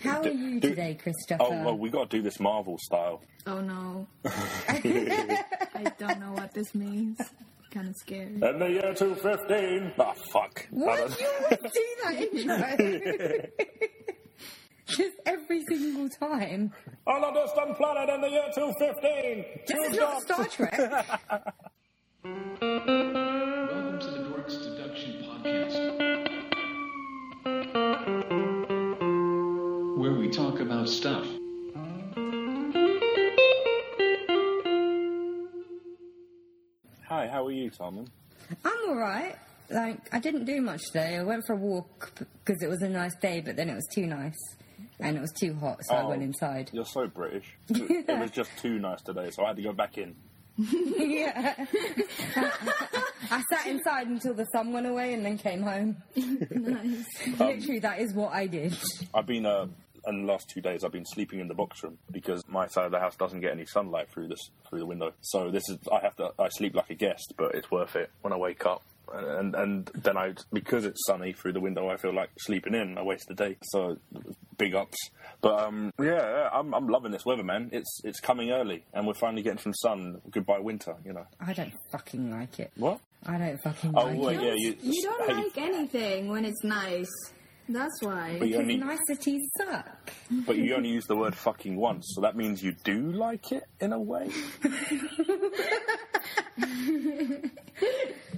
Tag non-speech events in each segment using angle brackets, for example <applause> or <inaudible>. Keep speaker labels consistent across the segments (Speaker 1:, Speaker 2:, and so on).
Speaker 1: How are you today, Christopher?
Speaker 2: Oh well, we got to do this Marvel style.
Speaker 3: Oh no. I don't know what this means. Kind of scared.
Speaker 2: In the year two fifteen. Ah, fuck. I
Speaker 1: What?
Speaker 2: don't-
Speaker 1: You always do that intro.
Speaker 2: <laughs>
Speaker 1: Just every single time.
Speaker 2: On a distant planet in the year two fifteen.
Speaker 1: This is not Star Trek.
Speaker 4: Welcome to the Dorks Deduction Podcast, where we talk about stuff.
Speaker 2: <laughs> Hi, how are you, Simon?
Speaker 1: I'm alright. Like, I didn't do much today. I went for a walk because it was a nice day, but then it was too nice. And it was too hot, so I
Speaker 2: Oh,
Speaker 1: went inside. <laughs>
Speaker 2: You're so British. it was just too nice today, so I had to go back in.
Speaker 1: yeah. I sat inside until the sun went away and then came home.
Speaker 3: nice.
Speaker 1: <laughs> Literally, that is what I did.
Speaker 2: I've been uh, in the last two days. I've been sleeping in the box room because my side of the house doesn't get any sunlight through this through the window. So this is I have to I sleep like a guest, but it's worth it when I wake up. And, and and then I because it's sunny through the window, I feel like sleeping in. I waste the day. So big ups. But um, yeah, yeah, I'm I'm loving this weather, man. It's it's coming early, and we're finally getting some sun. Goodbye winter, you know.
Speaker 1: I don't fucking like it.
Speaker 2: What?
Speaker 1: I don't fucking
Speaker 2: Oh,
Speaker 1: like
Speaker 2: wait,
Speaker 1: it.
Speaker 2: yeah, you,
Speaker 3: You don't
Speaker 2: hey,
Speaker 3: like anything when it's nice. That's why.
Speaker 2: But you only
Speaker 1: Niceties suck.
Speaker 2: but you only use the word fucking once, so that means you do like it in a
Speaker 1: <laughs>
Speaker 2: way.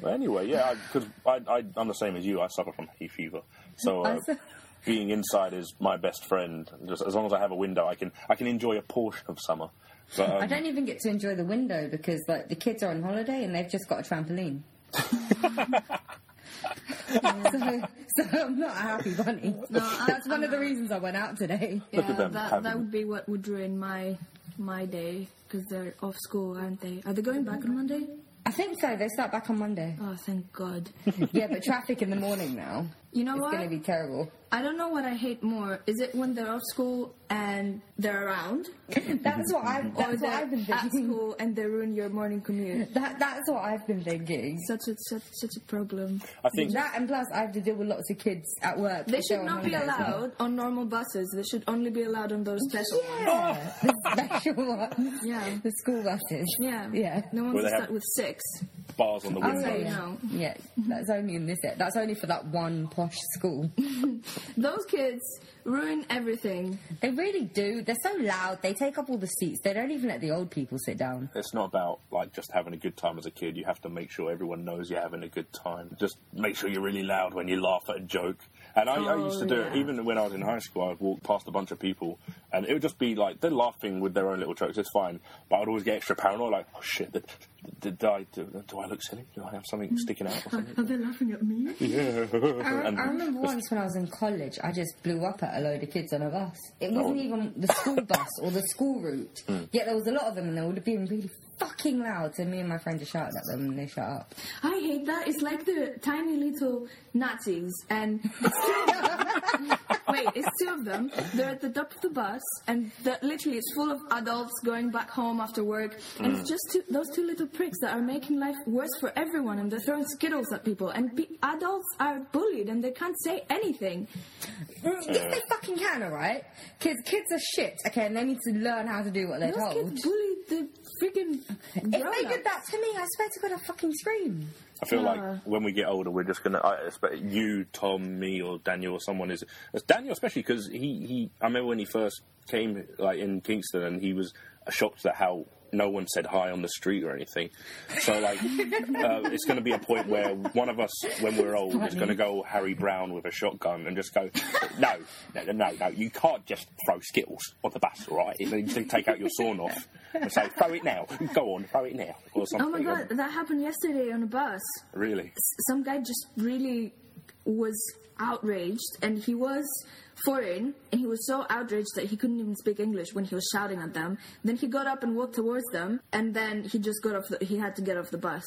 Speaker 2: but anyway, yeah, because I, I, I'm the same as you. I suffer from hay fever, so
Speaker 1: I
Speaker 2: uh,
Speaker 1: su-
Speaker 2: being inside is my best friend. Just as long as I have a window, I can I can enjoy a portion of summer. But, um,
Speaker 1: I don't even get to enjoy the window because like the kids are on holiday and they've just got a
Speaker 2: <laughs>
Speaker 1: trampoline. so, so I'm not a happy bunny.
Speaker 3: I-
Speaker 1: That's one of the reasons I went out today.
Speaker 3: yeah,
Speaker 2: at them
Speaker 3: that,
Speaker 2: having
Speaker 3: that
Speaker 2: it.
Speaker 3: would be what would ruin my my day because they're off school, aren't they? Are they going back on Monday?
Speaker 1: I think so. They start back on Monday.
Speaker 3: Oh, thank God.
Speaker 1: Yeah, but traffic in the morning now.
Speaker 3: You know
Speaker 1: It's
Speaker 3: what?
Speaker 1: going to be
Speaker 3: <laughs>
Speaker 1: terrible.
Speaker 3: I don't know what I hate more. Is it when they're off school and they're around,
Speaker 1: That's what I've.
Speaker 3: or
Speaker 1: That's what I've been
Speaker 3: they're at
Speaker 1: thinking.
Speaker 3: school and they ruin your morning commute?
Speaker 1: That, that's what I've been thinking.
Speaker 3: Such a such, such a problem.
Speaker 2: I think
Speaker 1: That and plus, I have to deal with lots of kids at work.
Speaker 3: They
Speaker 1: if they're
Speaker 3: should
Speaker 1: on
Speaker 3: not be
Speaker 1: holiday as well.
Speaker 3: allowed on normal buses. They should only be allowed on those special ones.
Speaker 1: Yeah, <laughs> the special ones.
Speaker 3: Yeah.
Speaker 1: the school buses.
Speaker 3: Yeah.
Speaker 1: yeah.
Speaker 3: No one
Speaker 2: Well,
Speaker 3: can
Speaker 2: they have-
Speaker 3: start with six.
Speaker 2: bars on the
Speaker 1: Oh,
Speaker 2: window.
Speaker 3: So,
Speaker 1: yeah.
Speaker 3: you know.
Speaker 1: Yeah, that's only in this. That's only for that one posh school.
Speaker 3: Those kids ruin everything.
Speaker 1: They really do. They're so loud. They take up all the seats. They don't even let the old people sit down.
Speaker 2: It's not about like just having a good time as a kid. You have to make sure everyone knows you're having a good time. Just make sure you're really loud when you laugh at a joke. And I, I
Speaker 3: Oh,
Speaker 2: used to do it
Speaker 3: yeah.
Speaker 2: even when I was in high school. I'd walk past a bunch of people, and it would just be like they're laughing with their own little jokes. It's fine, but I'd always get extra paranoid, like, oh shit, did, did, I do, do I look silly? Do I have something sticking out? Or something?
Speaker 3: Are they laughing at me?
Speaker 2: yeah.
Speaker 1: I, re-
Speaker 2: And
Speaker 1: I remember once when I was in college, I just blew up at a load of kids on a bus. It wasn't
Speaker 2: Oh.
Speaker 1: even the school bus or the school route. Yet there was a lot of them, and they would have been really fucking loud. So me and my friend just shouted at them, and they shut up.
Speaker 3: I hate that. It's like the tiny little Nazis, and it's two of
Speaker 1: <laughs>
Speaker 3: them. wait, it's two of them. They're at the top of the bus, and the, literally, it's full of adults going back home after work, and
Speaker 1: Mm.
Speaker 3: it's just two, those two little pricks that are making life worse for everyone, and they're throwing skittles at people, and pe- adults are bullied, and they can't say anything.
Speaker 1: Mm, Yes, they fucking can, alright? Kids, kids are shit, okay, and they need to learn how to do what they're
Speaker 3: Those
Speaker 1: told.
Speaker 3: kids bullied the freaking.
Speaker 1: If they did that to me, I swear to God, I'd fucking scream.
Speaker 2: I feel
Speaker 3: Yeah.
Speaker 2: like when we get older, we're just gonna. I expect you, Tom, me, or Daniel, or someone is it's Daniel, especially because he, he. I remember when he first came, like in Kingston, and he was shocked at how no one said hi on the street or anything. So like,
Speaker 3: <laughs>
Speaker 2: uh, it's going to be a point where one of us, when we're old, is going to go Harry Brown with a shotgun and just go, no, no, no, no, no, you can't just throw skittles on the bus, all right? You need to take out your sawn off and say, throw it now, go on, throw it now, or something.
Speaker 3: Oh my god, that happened yesterday on a bus.
Speaker 2: Really?
Speaker 3: some guy just really was outraged and he was foreign and he was so outraged that he couldn't even speak english when he was shouting at them then he got up and walked towards them and then he just got off the, he had to get off
Speaker 2: <laughs>
Speaker 3: the bus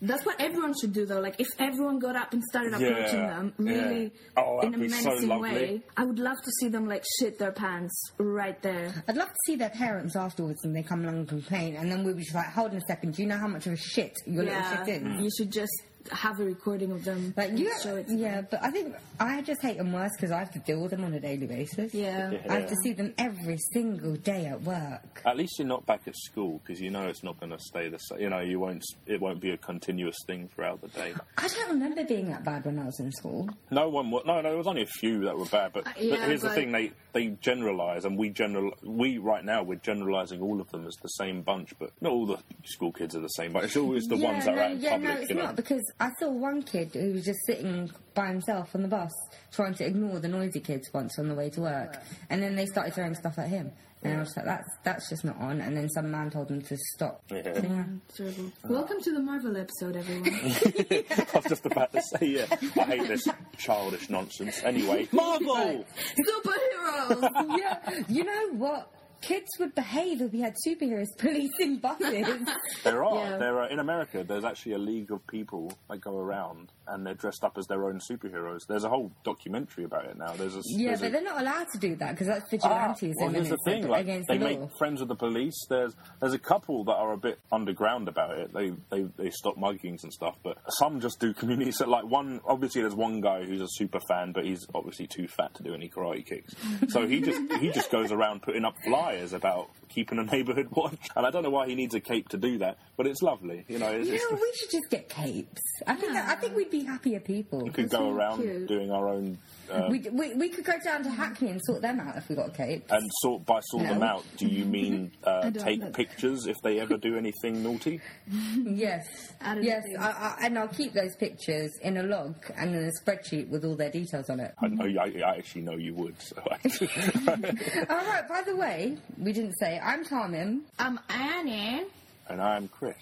Speaker 3: that's what everyone should do though like if everyone got up and started approaching
Speaker 2: Yeah,
Speaker 3: them
Speaker 2: yeah.
Speaker 3: really
Speaker 2: Oh, that'd
Speaker 3: in a
Speaker 2: be so
Speaker 3: menacing
Speaker 2: lovely.
Speaker 3: way i would love to see them like shit their pants right there
Speaker 1: I'd love to see their parents afterwards and they come along and complain, and then we'll be just like, hold on a second, do you know how much of a shit your
Speaker 3: yeah
Speaker 1: little
Speaker 2: Mm.
Speaker 3: Mm.
Speaker 1: shit is?
Speaker 3: you should just have a recording of them.
Speaker 1: Like you,
Speaker 3: and show it. to
Speaker 1: yeah, but I think I just hate them worse because I have to deal with them on a daily basis.
Speaker 3: Yeah.
Speaker 2: Yeah.
Speaker 1: I have to see them every single day at work.
Speaker 2: At least you're not back at school because you know it's not going to stay the same. You know, you won't. It won't be a continuous thing throughout the day.
Speaker 1: I don't remember being that bad when I was in school.
Speaker 2: No one. wa- No, no. There was only a few that were
Speaker 1: Uh,
Speaker 2: bad, but, but
Speaker 3: yeah,
Speaker 2: here's the
Speaker 3: but-
Speaker 2: thing: they they generalise, and we general. We right now we're generalising all of them as the same bunch, but not all the school kids are the same. But it's always the
Speaker 1: yeah,
Speaker 2: ones
Speaker 1: no,
Speaker 2: that are out in
Speaker 1: yeah,
Speaker 2: public.
Speaker 1: no, it's
Speaker 2: you know?
Speaker 1: not because I saw one kid who was just sitting by himself on the bus trying to ignore the noisy kids once on the way to work, and then they started throwing stuff at him, and I was like, "That's that's just not on." And then some man told him to stop.
Speaker 2: <laughs> Yeah. <laughs>
Speaker 3: Terrible. Welcome to the Marvel episode, everyone.
Speaker 2: I was just about to say, yeah, I hate this childish nonsense. Anyway, Marvel.
Speaker 3: Superheroes!
Speaker 1: yeah, you know what? Kids would behave if we had superheroes <laughs> policing
Speaker 2: <laughs>
Speaker 1: buses.
Speaker 2: There are.
Speaker 3: Yeah.
Speaker 2: There are in America. There's actually a league of people that go around and they're dressed up as their own superheroes. There's a whole documentary about it now. There's a
Speaker 1: yeah,
Speaker 2: there's a-
Speaker 1: but they're not allowed to do that because that's
Speaker 2: Ah,
Speaker 1: vigilantism
Speaker 2: well,
Speaker 1: and
Speaker 2: here's
Speaker 1: it's
Speaker 2: the thing:
Speaker 1: ag-
Speaker 2: like,
Speaker 1: against
Speaker 2: they
Speaker 1: the
Speaker 2: make
Speaker 1: law.
Speaker 2: friends with the police. There's there's a couple that are a bit underground about it. They they, they stop muggings and stuff, but some just do community. So like one, obviously, there's one guy who's a super fan, but he's obviously too fat to do any karate kicks. so
Speaker 1: <laughs>
Speaker 2: he just he just goes around putting up flyers about keeping a neighbourhood <laughs> watch. And I don't know why he needs a cape to do that, but it's lovely. You know, it's,
Speaker 1: You know,
Speaker 2: it's,
Speaker 1: we should just get capes. I think that, I think we'd be happier people.
Speaker 2: <laughs> we could go
Speaker 3: really
Speaker 2: around
Speaker 3: cute.
Speaker 2: doing our own. Uh,
Speaker 1: We, we, we could go down to Hackney and sort them out if we got a
Speaker 2: <laughs>
Speaker 1: cape.
Speaker 2: and sort by sort them
Speaker 1: No.
Speaker 2: out. Do you mean
Speaker 1: <laughs>
Speaker 2: uh,
Speaker 3: I don't
Speaker 2: take
Speaker 3: know.
Speaker 2: pictures if they ever do anything naughty?
Speaker 1: yes,
Speaker 3: Add it
Speaker 1: yes,
Speaker 3: to the-
Speaker 1: I, I, and I'll keep those pictures in a log and in a spreadsheet with all their details
Speaker 2: <laughs>
Speaker 1: on it.
Speaker 2: I know. I, I actually know you would. So I,
Speaker 1: <laughs>
Speaker 2: <laughs>
Speaker 1: all Oh, right. By the way, we didn't say I'm Carmen.
Speaker 3: I'm Annie.
Speaker 2: and I'm Chris.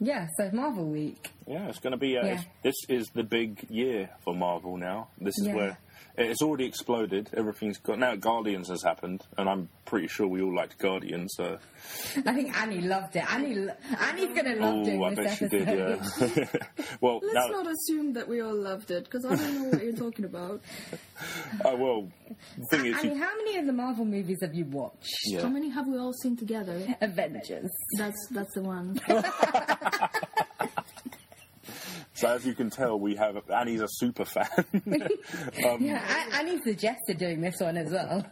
Speaker 1: Yeah, so Marvel Week.
Speaker 2: Yeah, it's going to be. Uh,
Speaker 1: Yeah.
Speaker 2: This is the big year for Marvel now. This is
Speaker 1: Yeah.
Speaker 2: where it's already exploded. Everything's got now. Guardians has happened, and I'm pretty sure we all liked Guardians. So,
Speaker 1: I think Annie loved it. Annie, lo- Annie's gonna love doing
Speaker 2: oh, I bet
Speaker 1: this
Speaker 2: she
Speaker 1: episode.
Speaker 2: did. Yeah. <laughs> well,
Speaker 3: Let's
Speaker 2: now,
Speaker 3: not assume that we all loved it, because I don't know what you're talking about.
Speaker 2: oh, well, the thing is,
Speaker 1: <laughs> Annie,
Speaker 2: you,
Speaker 1: how many of the Marvel movies have you
Speaker 2: <laughs>
Speaker 1: watched?
Speaker 2: <laughs> yeah.
Speaker 3: How many have we all seen together?
Speaker 1: Avengers.
Speaker 3: That's that's the one.
Speaker 2: So as you can tell, we have Annie's a super fan. um,
Speaker 1: Yeah, A- Annie suggested doing this one as well.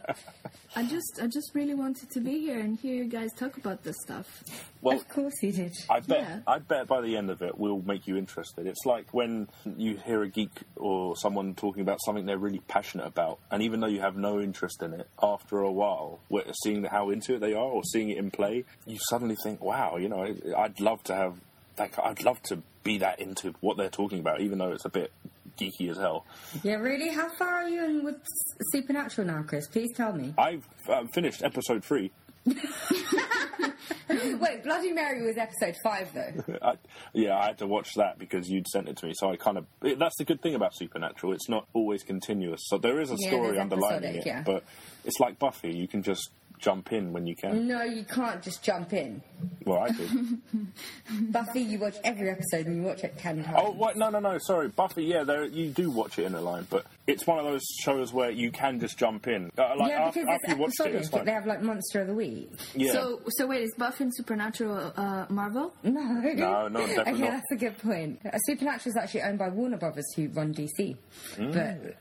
Speaker 3: I just I just really wanted to be here and hear you guys talk about this stuff.
Speaker 2: Well,
Speaker 1: of course he did.
Speaker 2: Oh. I bet.
Speaker 3: Yeah.
Speaker 2: I bet by the end of it, we'll make you interested. It's like when you hear a geek or someone talking about something they're really passionate about, and even though you have no interest in it, after a while, we- seeing how into it they are or seeing it in play, you suddenly think, "Wow, you know, I'd love to have that. I'd love to be that into what they're talking about, even though it's a bit geeky as hell."
Speaker 1: Yeah, really? How far are you in with S- Supernatural now, Chris? Please tell me.
Speaker 2: I've um, finished episode three.
Speaker 1: Wait, Bloody Mary was episode five,
Speaker 2: <laughs>
Speaker 1: though.
Speaker 2: I, yeah, I had to watch that because you'd sent it to me. So I kind of it- that's the good thing about Supernatural. It's not always continuous. So there is a
Speaker 1: Yeah,
Speaker 2: story
Speaker 1: there's
Speaker 2: underlining
Speaker 1: episodic,
Speaker 2: it,
Speaker 1: yeah.
Speaker 2: but it's like Buffy. You can just jump in when you can.
Speaker 1: No, you can't just jump in.
Speaker 2: Well,
Speaker 1: <laughs>
Speaker 2: I did.
Speaker 1: Buffy, you watch every episode and you watch it ten times.
Speaker 2: oh, what? No, no, no. Sorry, Buffy. Yeah, there you do watch it in a line, but it's one of those shows where you can just jump in. Uh, like
Speaker 1: yeah,
Speaker 2: after,
Speaker 1: because
Speaker 2: after you
Speaker 1: it's
Speaker 2: watched it,
Speaker 1: episodic.
Speaker 2: it's like
Speaker 1: they have like Monster of the Week.
Speaker 2: yeah. Mm-hmm.
Speaker 3: So so wait, is Buffy and Supernatural uh, Marvel?
Speaker 1: No,
Speaker 2: No,
Speaker 1: <laughs>
Speaker 2: no, definitely
Speaker 1: Okay,
Speaker 2: not.
Speaker 1: that's a good point. Uh, Supernatural is actually owned by Warner Brothers, who run DC.
Speaker 2: Mm.
Speaker 1: But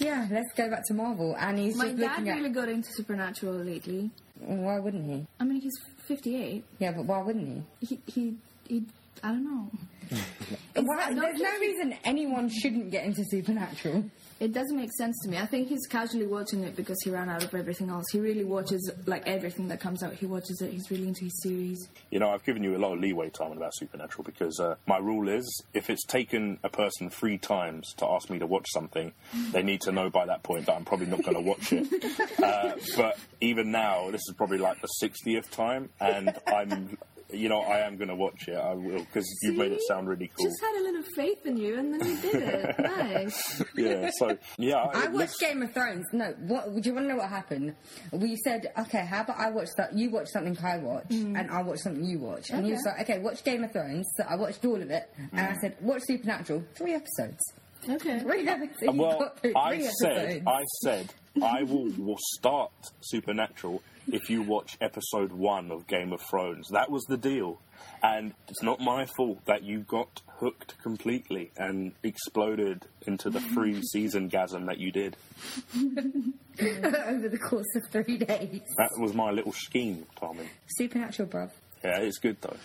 Speaker 1: yeah, let's go back to Marvel. And he's
Speaker 3: My
Speaker 1: just
Speaker 3: dad
Speaker 1: looking at.
Speaker 3: really got into Supernatural lately.
Speaker 1: Why wouldn't he?
Speaker 3: I mean, he's 58.
Speaker 1: Yeah, but why wouldn't he?
Speaker 3: He he he. I don't know.
Speaker 1: Why,
Speaker 3: not
Speaker 1: there's no
Speaker 3: really-
Speaker 1: reason anyone shouldn't get into Supernatural.
Speaker 3: It doesn't make sense to me. I think he's casually watching it because he ran out of everything else. He really watches like everything that comes out. He watches it. He's really into his series.
Speaker 2: You know, I've given you a lot of leeway time about Supernatural because uh, my rule is if it's taken a person three times to ask me to watch something, they need to know by that point that I'm probably not going to watch it. uh, but even now, this is probably like the 60th time, and I'm, you know, I am going to watch it. I will because you made it
Speaker 3: See?
Speaker 2: sound really cool.
Speaker 3: Just had a little faith in you, and then you
Speaker 2: <laughs>
Speaker 3: did it. nice.
Speaker 2: yeah. So yeah,
Speaker 1: I
Speaker 2: it
Speaker 1: watched
Speaker 2: looks-
Speaker 1: Game of Thrones. No, what do you want to know what happened? We said, okay, how about I watch that? You watch something I watch, and I watch something you watch. And you was
Speaker 3: Okay.
Speaker 1: like, okay, watch Game of Thrones. So I watched all of it, and I said, watch Supernatural. Three episodes.
Speaker 3: Okay.
Speaker 1: Three episodes. You <laughs>
Speaker 2: Well,
Speaker 1: got through
Speaker 2: I
Speaker 1: three
Speaker 2: said,
Speaker 1: episodes.
Speaker 2: I said, I will, will start Supernatural if you watch episode one of Game of Thrones. That was the deal. And it's not my fault that you got hooked completely and exploded into the
Speaker 1: <laughs>
Speaker 2: three season gasm that you did.
Speaker 1: <laughs> over the course of three days.
Speaker 2: That was my little scheme, Tommy.
Speaker 1: Supernatural, bruv.
Speaker 2: Yeah, it's good though.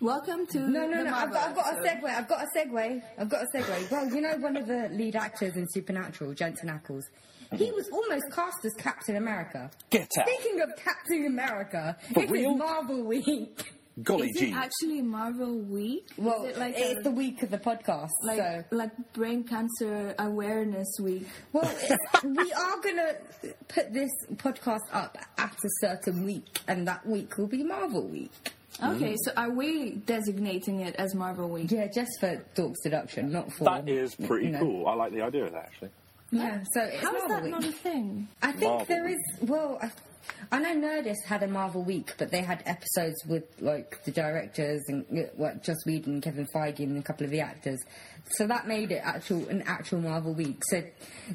Speaker 3: Welcome to
Speaker 1: No, no,
Speaker 3: the
Speaker 1: no. I've
Speaker 3: Marvel
Speaker 1: got, I've got a
Speaker 3: episode.
Speaker 1: segue. I've got a segue. I've got a segue. Well, you know, one of the lead actors in Supernatural, Jensen Ackles, he was almost cast as Captain America.
Speaker 2: Get out.
Speaker 1: Speaking of Captain America,
Speaker 2: For
Speaker 1: it
Speaker 2: real?
Speaker 1: is Marvel Week.
Speaker 2: Golly
Speaker 3: Is it
Speaker 2: gee.
Speaker 3: actually Marvel Week?
Speaker 1: <laughs> Well,
Speaker 3: Is it like
Speaker 1: it's
Speaker 3: a-
Speaker 1: the week of the podcast.
Speaker 3: like
Speaker 1: so.
Speaker 3: like brain cancer awareness week.
Speaker 1: Well, it's- we are going to put this podcast up at a certain week, and that week will be Marvel Week.
Speaker 2: Mm.
Speaker 3: Okay, so are we designating it as Marvel Week?
Speaker 1: Yeah, just for Dork's deduction, not for.
Speaker 2: That is pretty
Speaker 1: you know. Mm-hmm.
Speaker 2: cool. I like the idea of that actually.
Speaker 1: Yeah, so it's
Speaker 3: How is
Speaker 1: Marvel
Speaker 3: that
Speaker 1: Week.
Speaker 3: not a thing?
Speaker 1: I think
Speaker 2: Marvel
Speaker 1: there
Speaker 2: Week.
Speaker 1: is. Well, I, I know Nerdist had a Marvel week, but they had episodes with like the directors and uh, what Joss Whedon, Kevin Feige, and a couple of the actors. So that made it actual an actual Marvel week. So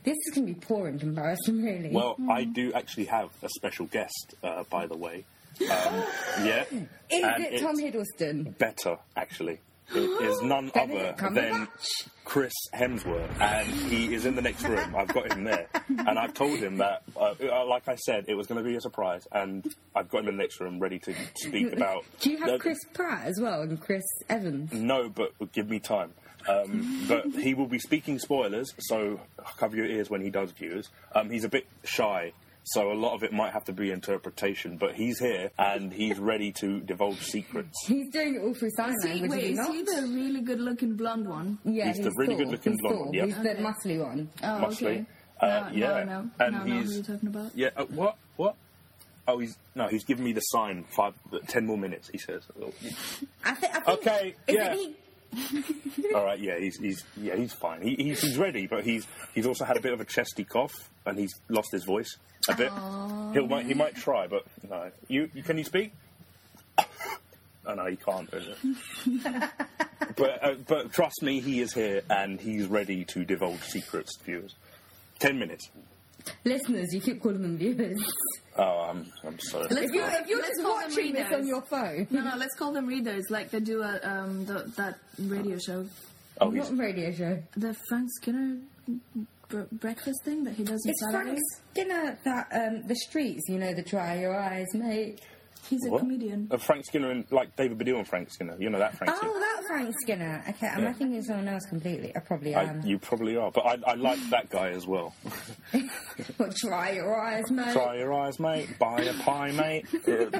Speaker 1: this is going to be poor in comparison, really.
Speaker 2: Well, I do actually have a special guest, uh, by
Speaker 1: <gasps>
Speaker 2: the way. Um, yeah.
Speaker 1: is
Speaker 2: and
Speaker 1: it Tom
Speaker 2: it's
Speaker 1: Hiddleston?
Speaker 2: Better, actually. It
Speaker 1: <gasps>
Speaker 2: is none other
Speaker 1: Benedict
Speaker 2: than
Speaker 1: Cumberbatch.
Speaker 2: Chris Hemsworth, and he is in the next
Speaker 1: <laughs>
Speaker 2: room. I've got him there, and I've told him that, uh, uh, like I said, it was going to be a surprise, and I've got him in the next room ready to speak about.
Speaker 1: <laughs> Do you have
Speaker 2: No,
Speaker 1: Chris Pratt as well and Chris Evans?
Speaker 2: No, but give me time. Um, but he will be speaking spoilers, so cover your ears when he does, viewers. Um, he's a bit shy, so a lot of it might have to be interpretation. But he's here and he's ready to divulge secrets.
Speaker 1: He's doing it all through sign
Speaker 3: See,
Speaker 1: language,
Speaker 3: wait,
Speaker 1: is he
Speaker 3: is
Speaker 1: not?
Speaker 3: he the really good-looking blonde one?
Speaker 1: yeah,
Speaker 2: He's the really
Speaker 1: Thor.
Speaker 2: good-looking
Speaker 1: He's
Speaker 2: blonde
Speaker 1: Thor.
Speaker 2: one, yeah.
Speaker 1: He's the muscly one.
Speaker 3: Oh,
Speaker 2: Mostly.
Speaker 3: okay.
Speaker 2: Uh,
Speaker 3: no,
Speaker 2: yeah,
Speaker 3: no, no,
Speaker 2: and
Speaker 3: no, no,
Speaker 2: he's
Speaker 3: what are you talking about?
Speaker 2: yeah. Uh, what? What? Oh, he's no. He's giving me the sign. Five, ten more minutes. He says.
Speaker 1: I, thi- I think.
Speaker 2: Okay,
Speaker 1: Is
Speaker 2: yeah.
Speaker 1: it he?
Speaker 2: All right. Yeah. He's, he's yeah. He's fine. He, he's, he's ready, but he's he's also had a bit of a chesty cough and he's lost his voice a bit. He'll might he might try, but no. You, you can you speak? <coughs> oh no, he can't. is it? but uh, but trust me, he is here and he's ready to divulge secrets, to viewers. Ten minutes.
Speaker 1: Listeners, you keep calling them viewers.
Speaker 2: Oh, I'm I'm sorry.
Speaker 1: If you're, if you're
Speaker 3: Let's
Speaker 1: just
Speaker 3: call them
Speaker 1: watching this
Speaker 3: readers.
Speaker 1: on your phone,
Speaker 3: No, no, let's call them readers, like they do a, um, the, that radio show,
Speaker 2: Oh, he's
Speaker 1: not radio show.
Speaker 3: the Frank Skinner br- breakfast thing that he does on
Speaker 1: It's Frank
Speaker 3: Saturdays.
Speaker 1: Skinner that um, the streets, you know, the dry your eyes, mate.
Speaker 3: He's a
Speaker 2: what?
Speaker 3: comedian.
Speaker 2: Uh, Frank Skinner and like David Baddiel and Frank Skinner. You know that Frank Skinner.
Speaker 1: Oh, that Frank Skinner. Okay, I'm
Speaker 2: Yeah.
Speaker 1: I thinking of someone else completely. I probably
Speaker 2: I,
Speaker 1: am.
Speaker 2: you probably are, but I, I like that guy as well.
Speaker 1: What dry your eyes, mate?
Speaker 2: Dry your eyes, mate. Buy a pie, mate. Uh,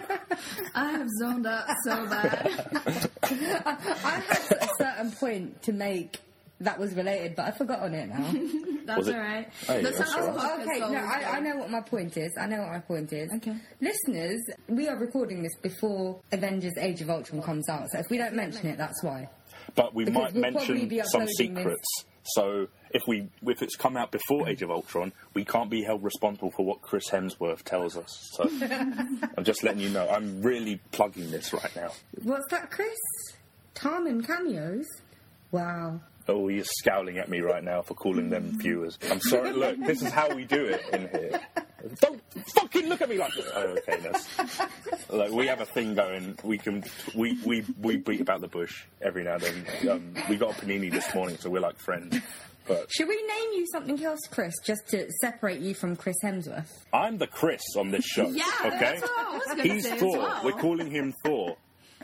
Speaker 3: I have zoned out <laughs> so bad.
Speaker 1: I had a certain point to make that was related, but I've forgotten it <laughs> now.
Speaker 3: That's
Speaker 2: it-
Speaker 3: all right.
Speaker 2: Hey,
Speaker 3: That's
Speaker 2: that's
Speaker 3: how
Speaker 2: all
Speaker 3: this podcast
Speaker 1: okay, no,
Speaker 3: always
Speaker 1: I, I
Speaker 3: goes.
Speaker 1: know what my point is. I know what my point is.
Speaker 3: Okay.
Speaker 1: Listeners, we are recording this before Avengers Age of Ultron comes out, so if we don't mention it, that's why.
Speaker 2: but we
Speaker 1: Because
Speaker 2: might
Speaker 1: we'll probably
Speaker 2: mention
Speaker 1: be
Speaker 2: some
Speaker 1: uploading this.
Speaker 2: secrets. So if we if it's come out before Age of Ultron, we can't be held responsible for what Chris Hemsworth tells us.
Speaker 1: <laughs>
Speaker 2: So I'm just letting you know. I'm really plugging this right now.
Speaker 1: What's that, Chris? Tom and cameos? Wow.
Speaker 2: Oh, you're scowling at me right now for calling them viewers. I'm sorry. Look, this is how we do it in here. Don't fucking look at me like that. Oh, okay, that's. Look, we have a thing going. We can we we we beat about the bush every now and then. Um, we got a panini this morning, so we're like friends. But
Speaker 1: Should we name you something else, Chris, just to separate you from Chris Hemsworth?
Speaker 2: I'm the Chris on this show.
Speaker 3: Yeah,
Speaker 2: okay.
Speaker 3: that's what I was gonna
Speaker 2: He's
Speaker 3: say as
Speaker 2: Thor.
Speaker 3: well.
Speaker 2: We're calling him Thor.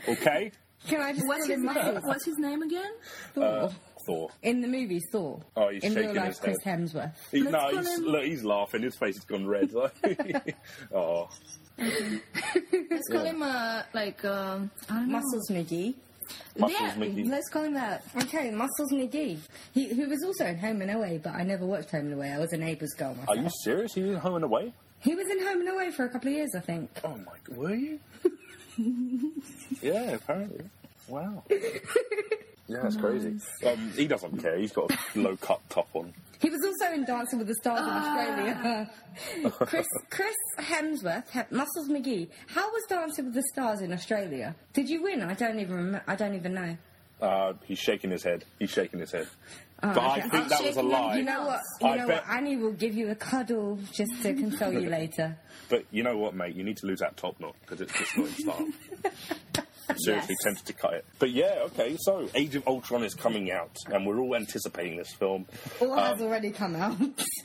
Speaker 2: Okay.
Speaker 1: Can I just
Speaker 3: What's
Speaker 1: call
Speaker 3: his
Speaker 1: him
Speaker 3: name?
Speaker 1: Michael
Speaker 3: What's his name again?
Speaker 1: Thor?
Speaker 2: Thor.
Speaker 1: In the movie Thor.
Speaker 2: Oh, he's
Speaker 1: In real
Speaker 2: shaking
Speaker 1: life,
Speaker 2: his
Speaker 1: Chris
Speaker 2: head.
Speaker 1: Hemsworth.
Speaker 2: He,
Speaker 3: Let's
Speaker 2: no,
Speaker 3: call
Speaker 2: he's,
Speaker 3: him-
Speaker 2: look, he's laughing. His face has gone red. <laughs> oh.
Speaker 3: Let's call him uh, like um, I don't know.
Speaker 1: Muscles McGee.
Speaker 2: Muscles
Speaker 3: Yeah,
Speaker 2: McGee.
Speaker 1: Let's call him that. Okay, Muscles McGee. He, who was also in Home and Away, but I never watched Home and Away. I was a neighbour's girl myself.
Speaker 2: Are you serious? He was in home and away?
Speaker 1: He was in Home and Away for a couple of years, I think.
Speaker 2: Oh my god, were <laughs> you? yeah, apparently. Wow. Yeah, that's crazy. Um, he doesn't care. He's got a low cut top on.
Speaker 1: He was also in Dancing with the Stars in
Speaker 2: Ah. <laughs>
Speaker 1: Australia. Chris, Chris Hemsworth, Hem- Muscles McGee. How was Dancing with the Stars in Australia? Did you win? I don't even. Rem- I don't even know.
Speaker 2: Uh, he's shaking his head. He's shaking his head. but I
Speaker 1: Oh, okay.
Speaker 2: think
Speaker 3: I'm
Speaker 2: that was a
Speaker 3: shaking my-
Speaker 2: lie.
Speaker 3: you
Speaker 1: You know what? You
Speaker 2: I
Speaker 1: know
Speaker 2: bet-
Speaker 1: what? Annie will give you a cuddle just to console
Speaker 2: <laughs>
Speaker 1: you later.
Speaker 2: But you know what, mate? You need to lose that top knot because it's just not in style. I'm seriously
Speaker 3: Yes.
Speaker 2: tempted to cut it. But yeah, okay. So Age of Ultron is coming out, and we're all anticipating this film.
Speaker 1: Or has
Speaker 2: Um,
Speaker 1: already come out.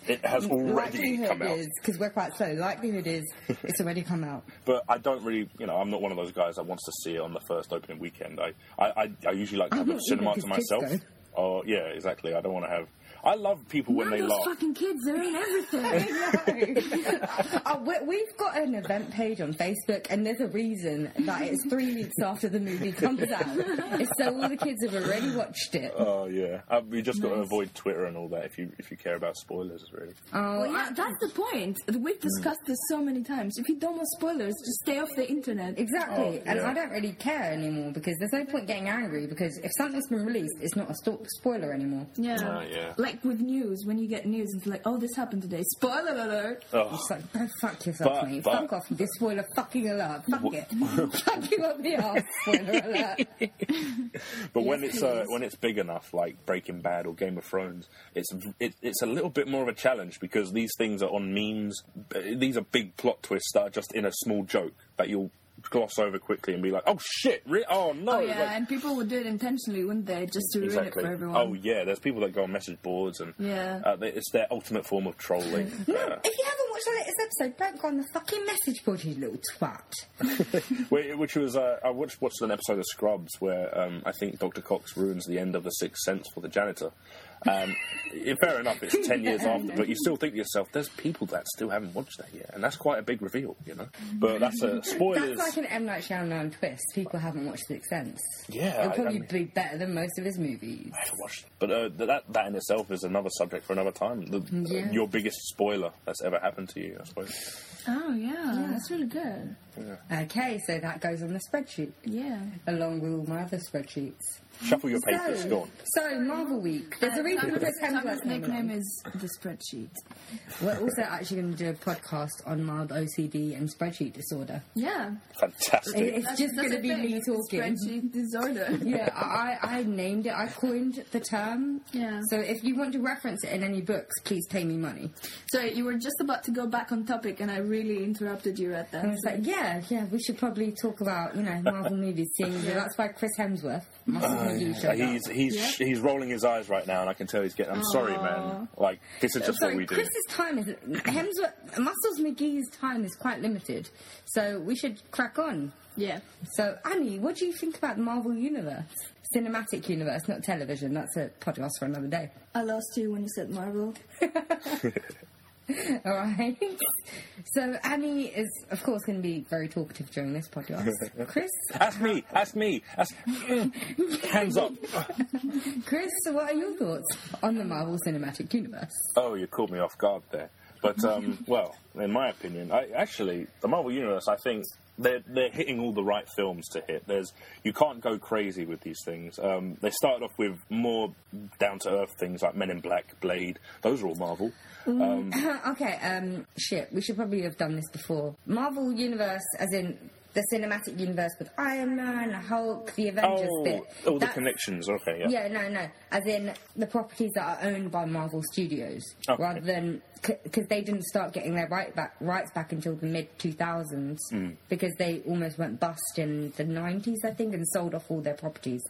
Speaker 2: it has already
Speaker 1: Likelihood
Speaker 2: come out.
Speaker 1: is because we're quite slow. Likelihood is it's already come out.
Speaker 2: But I don't really, you know, I'm not one of those guys that wants to see it on the first opening weekend. I, I, I, I usually like to
Speaker 1: I'm
Speaker 2: have a
Speaker 1: not
Speaker 2: cinema
Speaker 1: either,
Speaker 2: to
Speaker 1: 'cause kids
Speaker 2: myself. Or yeah, exactly. I don't want to have. I love people when
Speaker 3: Now
Speaker 2: they
Speaker 3: those
Speaker 2: laugh.
Speaker 3: fucking kids, they're in everything.
Speaker 1: oh, we, we've got an event page on Facebook, and there's a reason that it's three weeks after the movie comes out. It's so all the kids have already watched it.
Speaker 2: Oh yeah, uh, we just got to
Speaker 3: Nice.
Speaker 2: avoid Twitter and all that if you if you care about spoilers, really.
Speaker 1: Oh,
Speaker 3: Well, Hmm. yeah, that's the point. We've discussed this so many times. If you don't want spoilers, just stay off the internet.
Speaker 1: Exactly,
Speaker 2: Oh,
Speaker 1: and
Speaker 2: yeah.
Speaker 1: I don't really care anymore because there's no point getting angry because if something's been released, it's not a sto- spoiler anymore.
Speaker 3: Yeah.
Speaker 2: Uh, yeah.
Speaker 3: Like with news, when you get news, it's like, oh, this happened today. Spoiler alert.
Speaker 2: Oh.
Speaker 1: It's like, go fuck yourself,
Speaker 2: But-
Speaker 1: mate.
Speaker 2: but-
Speaker 1: fuck off with this spoiler fucking alert. Fuck it. fuck you up the arse, spoiler
Speaker 2: <laughs>
Speaker 1: alert.
Speaker 2: But when it's uh,
Speaker 1: please.
Speaker 2: when it's big enough, like Breaking Bad or Game of Thrones, it's it, it's a little bit more of a challenge because these things are on memes. B- These are big plot twists that are just in a small joke that you'll gloss over quickly and be like, "Oh shit! Re- oh no!"
Speaker 3: Oh,
Speaker 2: It's
Speaker 3: yeah,
Speaker 2: like-
Speaker 3: and people would do it intentionally, wouldn't they? Just to ruin it
Speaker 2: exactly.
Speaker 3: for everyone.
Speaker 2: Oh yeah, there's people that go on message boards and
Speaker 3: Yeah.
Speaker 2: uh, they- it's their ultimate form of trolling.
Speaker 1: If
Speaker 2: Uh,
Speaker 1: you haven't watched the latest episode, don't go on the fucking message board, you little twat.
Speaker 2: Wh- Which was uh, I watched watched an episode of Scrubs where um, I think Dr. Cox ruins the end of The Sixth Sense for the janitor. Um, <laughs> i- fair enough, it's ten years after, but you still think to yourself, "There's people that still haven't watched that yet," and that's quite a big reveal, you know. But that's a spoilers.
Speaker 1: That's like an M. Night Shyamalan twist. People haven't watched Sixth Sense. It'll
Speaker 2: Yeah, I-
Speaker 1: probably
Speaker 2: I mean-
Speaker 1: be better than most of his movies.
Speaker 2: I haven't watched, it. but uh, th- that that in itself is another subject for another time. The,
Speaker 1: Yeah.
Speaker 2: Your biggest spoiler that's ever happened to you, I suppose.
Speaker 3: Oh, yeah, That's really good.
Speaker 1: Okay, so that goes on the spreadsheet,
Speaker 3: Yeah.
Speaker 1: along with all my other spreadsheets.
Speaker 2: Shuffle your papers, go
Speaker 1: So,
Speaker 2: on.
Speaker 1: so Marvel Week. There's
Speaker 3: Uh,
Speaker 1: a reason Chris Hemsworth
Speaker 3: Simon's
Speaker 1: came along.
Speaker 3: nickname is the spreadsheet.
Speaker 1: We're also actually going to do a podcast on mild OCD and spreadsheet disorder.
Speaker 3: Yeah.
Speaker 2: Fantastic.
Speaker 1: It- it's just
Speaker 3: That's
Speaker 1: going to
Speaker 3: the
Speaker 1: be
Speaker 3: thing,
Speaker 1: me
Speaker 3: it's the
Speaker 1: talking.
Speaker 3: Spreadsheet disorder.
Speaker 1: Yeah, I, I named it. I coined the term.
Speaker 3: Yeah.
Speaker 1: So if you want to reference it in any books, please pay me money.
Speaker 3: <laughs> Sorry, you were just about to go back on topic, and I really interrupted you at that.
Speaker 1: And I was like, yeah, yeah, we should probably talk about you know Marvel movies. Seeing as though that's why Chris Hemsworth must have been you
Speaker 2: Uh,
Speaker 1: showed up.
Speaker 2: He's he's
Speaker 3: Yeah.
Speaker 2: he's rolling his eyes right now, and I can tell he's getting. I'm sorry, man. Like this is just
Speaker 1: Sorry,
Speaker 2: what we do.
Speaker 1: Chris's time is Hemsworth Muscles McGee's time is quite limited, so we should crack on.
Speaker 3: yeah.
Speaker 1: So, Annie, what do you think about the Marvel Universe? Cinematic universe, not television. That's a podcast for another day. <laughs>
Speaker 3: I lost you when you said Marvel.
Speaker 1: All right. So, Annie is, of course, going to be very talkative during this
Speaker 2: <laughs>
Speaker 1: podcast. Chris,
Speaker 2: That's me. That's me. That's <laughs> hands up.
Speaker 1: Chris, what are your thoughts on the Marvel Cinematic Universe?
Speaker 2: Oh, you caught me off guard there. But
Speaker 1: <laughs>
Speaker 2: um, well, in my opinion, I actually the Marvel Universe. I think they're they're hitting all the right films to hit. There's you can't go crazy with these things. Um, they started off with more down to earth things like Men in Black, Blade. Those are all Marvel.
Speaker 1: Mm,
Speaker 2: Um,
Speaker 1: <coughs> okay, um, shit. We should probably have done this before. Marvel Universe, as in the cinematic universe with Iron Man, Hulk, the Avengers bit.
Speaker 2: oh, all the
Speaker 1: That's-
Speaker 2: connections. Okay, yeah.
Speaker 1: Yeah, no, no. As in the properties that are owned by Marvel Studios,
Speaker 2: Okay.
Speaker 1: rather than because they didn't start getting their right back, rights back until the mid 2000s,
Speaker 2: Hmm.
Speaker 1: because they almost went bust in the 90s, I think, and sold off all their properties.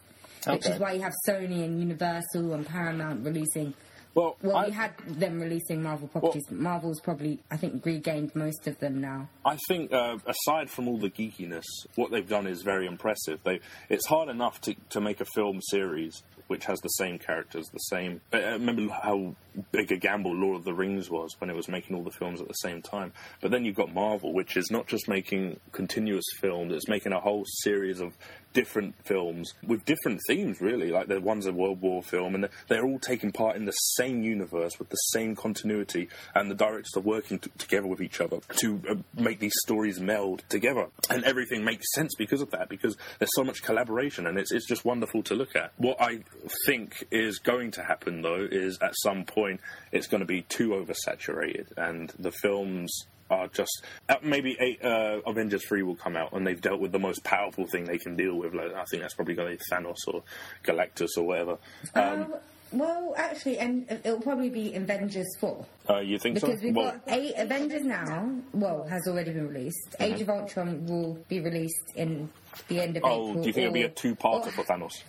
Speaker 1: Which
Speaker 2: Okay.
Speaker 1: is why you have Sony and Universal and Paramount releasing.
Speaker 2: Well,
Speaker 1: Well,
Speaker 2: I,
Speaker 1: we had them releasing Marvel properties. but Marvel's probably, I think, regained most of them now.
Speaker 2: I think, uh, aside from all the geekiness, what they've done is very impressive. They, it's hard enough to, to make a film series which has the same characters, the same. I I remember how big a gamble Lord of the Rings was when it was making all the films at the same time. But then you've got Marvel, which is not just making continuous films; it's making a whole series of different films with different themes, really. Like the one's a World War film, and they're- they're all taking part in the same universe with the same continuity, and the directors are working t- together with each other to uh, make these stories meld together, and everything makes sense because of that. Because there's so much collaboration, and it's it's just wonderful to look at. What I think is going to happen though is at some point it's going to be too oversaturated, and the films are just uh, maybe eight, uh, Avengers three will come out and they've dealt with the most powerful thing they can deal with. Like, I think that's probably going to be Thanos or Galactus or whatever. Um,
Speaker 1: Oh, well, actually, and it'll probably be Avengers 4.
Speaker 2: uh, you think so?
Speaker 1: Because we've
Speaker 2: Well,
Speaker 1: got eight Avengers now. Well, has already been released.
Speaker 2: Mm-hmm.
Speaker 1: Age of Ultron will be released in the end of April.
Speaker 2: oh, do you think it'll be
Speaker 1: or-
Speaker 2: a two-parter
Speaker 1: or-
Speaker 2: for Thanos?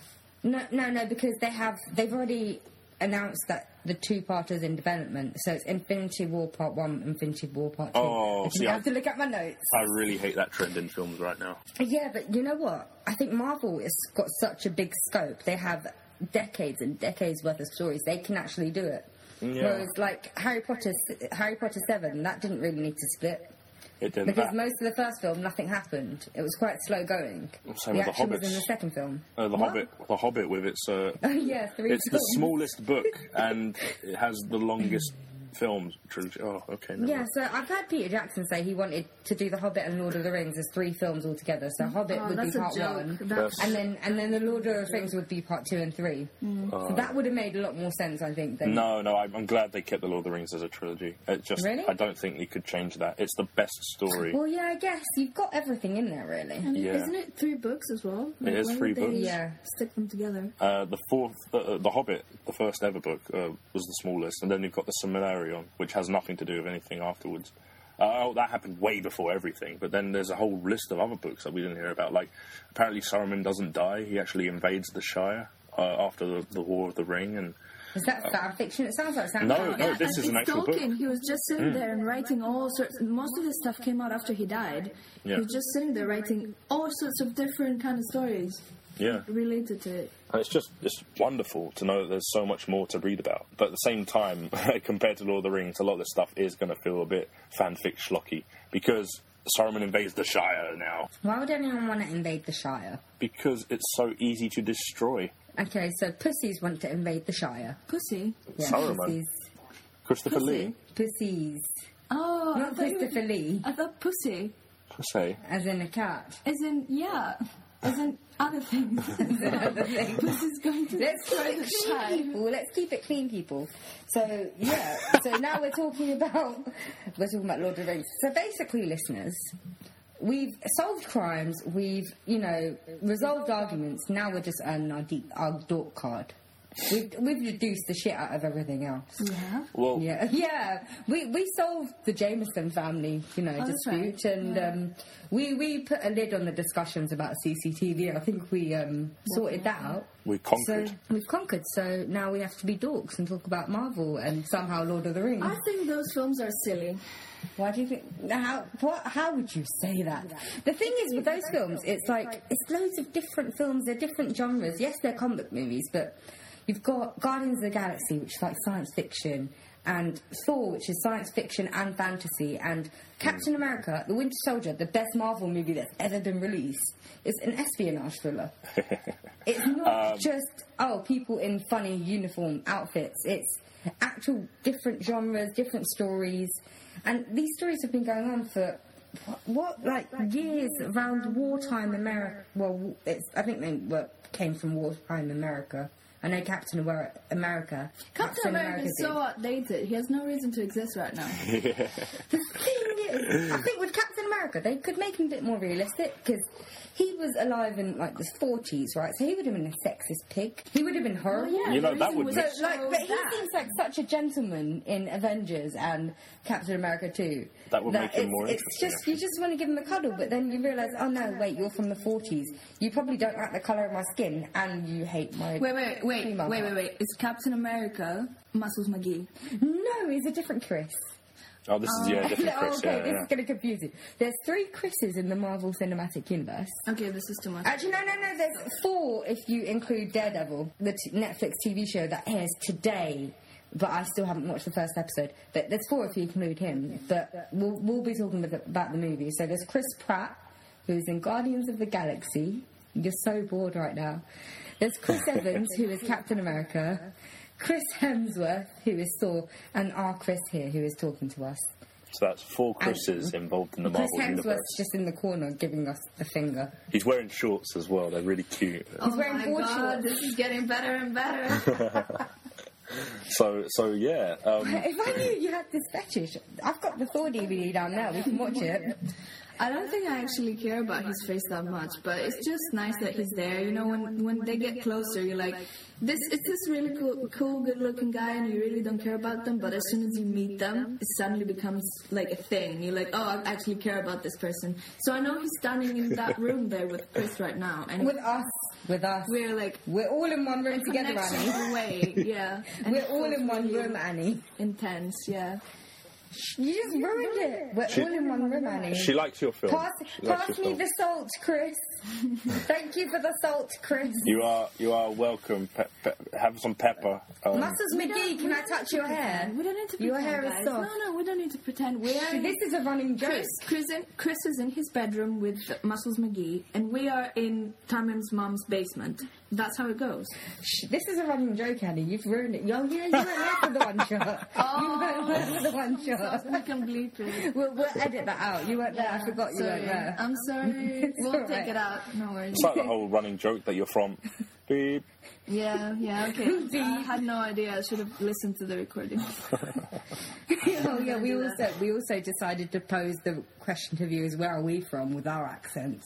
Speaker 1: No, no, no, because they have they've already announced that the two-part is in development. So it's Infinity War Part One, Infinity War Part Two.
Speaker 2: Oh,
Speaker 1: I
Speaker 2: see,
Speaker 1: think I
Speaker 2: I-
Speaker 1: have to look at my notes.
Speaker 2: I really hate that trend in films right now.
Speaker 1: Yeah, but you know what? I think Marvel has got such a big scope. They have decades and decades worth of stories. They can actually do it.
Speaker 2: Yeah.
Speaker 1: Whereas, like Harry Potter, Harry Potter Seven, that didn't really need to split
Speaker 2: It didn't.
Speaker 1: because
Speaker 2: that-
Speaker 1: most of the first film, nothing happened. It was quite slow going.
Speaker 2: Same
Speaker 1: the
Speaker 2: with The
Speaker 1: action was
Speaker 2: Hobbits.
Speaker 1: in the second film.
Speaker 2: uh, the
Speaker 1: What? <laughs> Oh,
Speaker 2: Hobbit, the Hobbit with its uh,
Speaker 1: yeah, three
Speaker 2: It's the
Speaker 1: films.
Speaker 2: smallest book and it has the longest films. trilogy. Oh, okay. never
Speaker 1: Yeah,
Speaker 2: mind.
Speaker 1: so I've had Peter Jackson say he wanted to do The Hobbit and Lord of the Rings as three films altogether. So Hobbit
Speaker 3: Oh,
Speaker 1: would be
Speaker 3: that's a
Speaker 1: part
Speaker 3: joke.
Speaker 1: one,
Speaker 3: That's-
Speaker 1: and then and then the Lord of the Rings would be part two and three. so that would have made a lot more sense, I think. Than
Speaker 2: No, no, I'm, I'm glad they kept the Lord of the Rings as a trilogy. It just,
Speaker 1: Really?
Speaker 2: I don't think you could change that. It's the best story.
Speaker 1: Well, yeah, I guess you've got everything in there, really.
Speaker 2: Yeah.
Speaker 3: Isn't it three books as well? Like,
Speaker 2: is
Speaker 3: why would
Speaker 2: three
Speaker 3: they
Speaker 2: books.
Speaker 1: Yeah.
Speaker 3: Stick them together.
Speaker 2: Uh, the fourth, uh, the Hobbit, the first ever book, uh, was the smallest, and then you've got the Silmarillion, which has nothing to do with anything afterwards. Uh, oh, that happened way before everything. But then there's a whole list of other books that we didn't hear about. Like apparently Saruman doesn't die; he actually invades the Shire uh, after the, the War of the Ring, and
Speaker 1: Is that fan fiction? It sounds like fan
Speaker 2: Uh, No,
Speaker 1: fiction.
Speaker 2: no,
Speaker 3: Yeah,
Speaker 2: this
Speaker 3: and
Speaker 2: is an
Speaker 3: it's
Speaker 2: actual book. Hmm.
Speaker 3: Tolkien, he was just sitting there and writing all sorts. Most of this stuff came out after he died.
Speaker 2: Yeah.
Speaker 3: He was just sitting there writing all sorts of different kind of stories
Speaker 2: yeah,
Speaker 3: related to it.
Speaker 2: And it's just it's wonderful to know that there's so much more to read about. But at the same time, <laughs> compared to Lord of the Rings, a lot of this stuff is going to feel a bit fanfic schlocky because Saruman invades the Shire now
Speaker 1: Why would anyone want to invade the Shire?
Speaker 2: because it's so easy to destroy.
Speaker 1: Okay, so pussies want to invade the Shire.
Speaker 3: Pussy.
Speaker 1: Yeah,
Speaker 2: Saruman.
Speaker 1: pussies.
Speaker 2: Christopher Lee,
Speaker 1: Pussies.
Speaker 3: Oh, I
Speaker 1: Not
Speaker 3: thought you-
Speaker 1: Christopher Lee,
Speaker 3: I thought pussy,
Speaker 2: say
Speaker 1: as in a cat. <laughs>
Speaker 3: as in yeah, as in other things. <laughs> Pussy's going to.
Speaker 1: Let's keep it clean, people. Let's keep it clean, people. So <laughs> yeah. so now we're talking about we're talking about Lord of the Rings. So basically, listeners, we've solved crimes. We've you know resolved arguments. Now we're just earning our deep, our dork card. We've we've reduced the shit out of everything else.
Speaker 3: Yeah.
Speaker 2: well,
Speaker 1: Yeah, <laughs> yeah. We we solved the Jameson family, you know,
Speaker 3: Oh, that's right.
Speaker 1: dispute, and um, we we put a lid on the discussions about CCTV. I think we um, sorted that out.
Speaker 2: We conquered.
Speaker 1: So we've conquered. So now we have to be dorks and talk about Marvel and somehow Lord of the Rings.
Speaker 3: I think those films are silly.
Speaker 1: Why do you think? How what? How would you say that? The thing is with those films, it's like it's loads of different films. They're different genres. Yes, they're comic book movies, but you've got Guardians of the Galaxy, which is like science fiction, and Thor, which is science fiction and fantasy, and Captain America: The Winter Soldier, the best Marvel movie that's ever been released, is an espionage thriller. It's not just oh people in funny uniform outfits. It's actual different genres, different stories, and these stories have been going on for what, what like years around wartime America. Well, it's I think they were, came from wartime America. I know Captain Amer- America.
Speaker 3: Captain America is
Speaker 1: did.
Speaker 3: so outdated. He has no reason to exist
Speaker 2: <laughs>
Speaker 3: right now.
Speaker 1: thing is, I think with Captain America, they could make him a bit more realistic because he was alive in like the 40s, right? So he would have been a sexist pig. He would have been horrible.
Speaker 3: yeah,
Speaker 2: You know,
Speaker 3: the
Speaker 2: that
Speaker 3: reason
Speaker 2: would
Speaker 3: was
Speaker 1: So,
Speaker 2: make-
Speaker 3: to
Speaker 1: like,
Speaker 3: show
Speaker 1: but he
Speaker 3: that.
Speaker 1: seems like such a gentleman in Avengers and Captain America too.
Speaker 2: That would make him
Speaker 1: it's,
Speaker 2: more
Speaker 1: it's
Speaker 2: interesting,
Speaker 1: just you just want to give him a cuddle, but then you realise, oh no, wait, you're from the 40s. You probably don't like the colour of my skin, and you hate my
Speaker 3: Wait, wait, wait,
Speaker 1: female
Speaker 3: wait, wait,
Speaker 1: part.
Speaker 3: wait. It's Captain America, Muscles McGee.
Speaker 1: No, he's a different Chris.
Speaker 2: oh, this is yeah, different
Speaker 1: Oh, <laughs>
Speaker 2: Chris.
Speaker 1: okay,
Speaker 2: yeah,
Speaker 1: this is
Speaker 2: yeah.
Speaker 1: going to confuse you. There's three Chris's in the Marvel Cinematic Universe.
Speaker 3: Okay, this is too much.
Speaker 1: Actually, no, no, no. There's four if you include Daredevil, the t- Netflix TV show that airs today. But I still haven't watched the first episode. But there's four if you include him. But we'll, we'll be talking about the, about the movie. So there's Chris Pratt, who's in Guardians of the Galaxy. You're so bored right now. There's
Speaker 2: <laughs>
Speaker 1: Chris Evans, who is Captain America. Chris Hemsworth, who is Thor, and our Chris here, who is talking to us.
Speaker 2: So that's four Chris's involved in the
Speaker 1: Chris
Speaker 2: Marvel universe.
Speaker 1: Hemsworth's just in the corner giving us the finger.
Speaker 2: He's wearing shorts
Speaker 1: Oh.
Speaker 3: Oh
Speaker 2: as well. They're really cute.
Speaker 1: He's wearing board shorts.
Speaker 3: this is getting better and better.
Speaker 2: So so yeah. Um,
Speaker 1: If I knew you had this fetish, I've got the Thor DVD down there. We can watch it.
Speaker 3: I don't think I actually care about his face that much, but it's just nice that he's there. You know, when when they get closer, you're like, this is this really cool, cool, good-looking guy, and you really don't care about them. But as soon as you meet them, it suddenly becomes like a thing. You're like, oh, I actually care about this person. So I know he's standing in that room there with Chris right now, and
Speaker 1: With us, with us, we're,
Speaker 3: we're like
Speaker 1: all in one room together,
Speaker 3: connection
Speaker 1: Annie.
Speaker 3: away. Yeah, And
Speaker 1: We're
Speaker 3: it
Speaker 1: all
Speaker 3: feels
Speaker 1: in one
Speaker 3: really
Speaker 1: room, Annie.
Speaker 3: Intense, yeah.
Speaker 1: You just ruined it. We're all in one room, Annie.
Speaker 2: she likes your film.
Speaker 1: Pass,
Speaker 2: She likes
Speaker 1: pass
Speaker 2: your
Speaker 1: me
Speaker 2: film.
Speaker 1: the salt, Chris. Thank you for the salt, Chris.
Speaker 2: You are you are welcome. Pe- pe- have some pepper. Um,
Speaker 1: Muscles McGee, can I touch your hair?
Speaker 3: We don't need to pretend.
Speaker 1: Your hair
Speaker 3: guys.
Speaker 1: is soft.
Speaker 3: No, no, we don't need to pretend. We're
Speaker 1: See, This is a running joke.
Speaker 3: Chris, Chris, in, Chris is in his bedroom with Muscles McGee, and we are in Tamim's mom's basement. That's how it goes.
Speaker 1: Shh, This is a running joke, Annie. You've ruined it. Oh, yeah, you weren't there for the one shot. <laughs>
Speaker 3: Oh.
Speaker 1: You weren't there for the one shot.
Speaker 3: we can bleep <laughs> it.
Speaker 1: We'll, we'll edit that out. You weren't there. I forgot you
Speaker 3: Sorry.
Speaker 1: weren't there.
Speaker 3: I'm <laughs> sorry. we'll
Speaker 1: all right.
Speaker 3: take it out. No worries.
Speaker 2: it's like the whole running joke that
Speaker 1: <laughs>
Speaker 2: you're from. Beep.
Speaker 3: Yeah, <laughs> yeah, okay. I had no idea. I should have listened to the recording.
Speaker 1: oh yeah, we also we also decided to pose the question to viewers: Where are we from? With our accents,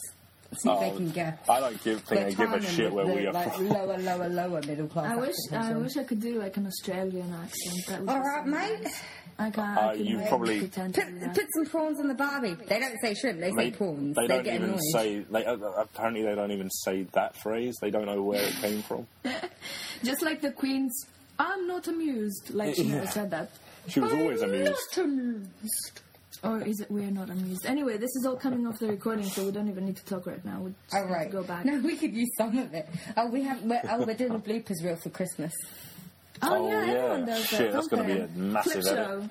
Speaker 1: see if they
Speaker 2: Oh,
Speaker 1: can guess.
Speaker 2: I don't give think I give a
Speaker 1: They're
Speaker 2: shit where
Speaker 1: Thailand,
Speaker 2: we are
Speaker 1: like,
Speaker 2: from.
Speaker 1: Lower, lower, lower middle class.
Speaker 3: I wish, <laughs> I
Speaker 1: accents.
Speaker 3: wish I could do like an Australian accent. That would
Speaker 1: All
Speaker 3: be so
Speaker 1: right, mate.
Speaker 3: nice. I can't.
Speaker 2: Uh,
Speaker 3: I can
Speaker 2: you
Speaker 3: really
Speaker 2: probably-
Speaker 3: pretend to
Speaker 1: Put,
Speaker 3: do that.
Speaker 1: put some prawns on the barbie. They don't say shrimp. They say
Speaker 2: They,
Speaker 1: prawns.
Speaker 2: they don't
Speaker 1: get
Speaker 2: even
Speaker 1: annoyed.
Speaker 2: say. They, uh, apparently, they don't even say that phrase. They don't know where it came from.
Speaker 3: Just like the Queen's. I'm not amused. Like she never
Speaker 2: Yeah.
Speaker 3: said that.
Speaker 2: She was always
Speaker 1: I'm
Speaker 2: amused.
Speaker 1: Not amused.
Speaker 3: Or Oh, is it we're not amused? Anyway, this is all coming off the recording, so we don't even need to talk right now. We just
Speaker 1: All
Speaker 3: need
Speaker 1: right.
Speaker 3: to go back.
Speaker 1: No, we could use some of it. Oh, we have. We're, oh, we're doing a bloopers reel for Christmas.
Speaker 3: Oh, yeah,
Speaker 2: Oh,
Speaker 3: everyone
Speaker 2: yeah.
Speaker 3: does that.
Speaker 2: Shit, that's
Speaker 3: going
Speaker 2: gonna
Speaker 3: to
Speaker 2: be a massive
Speaker 3: clip show.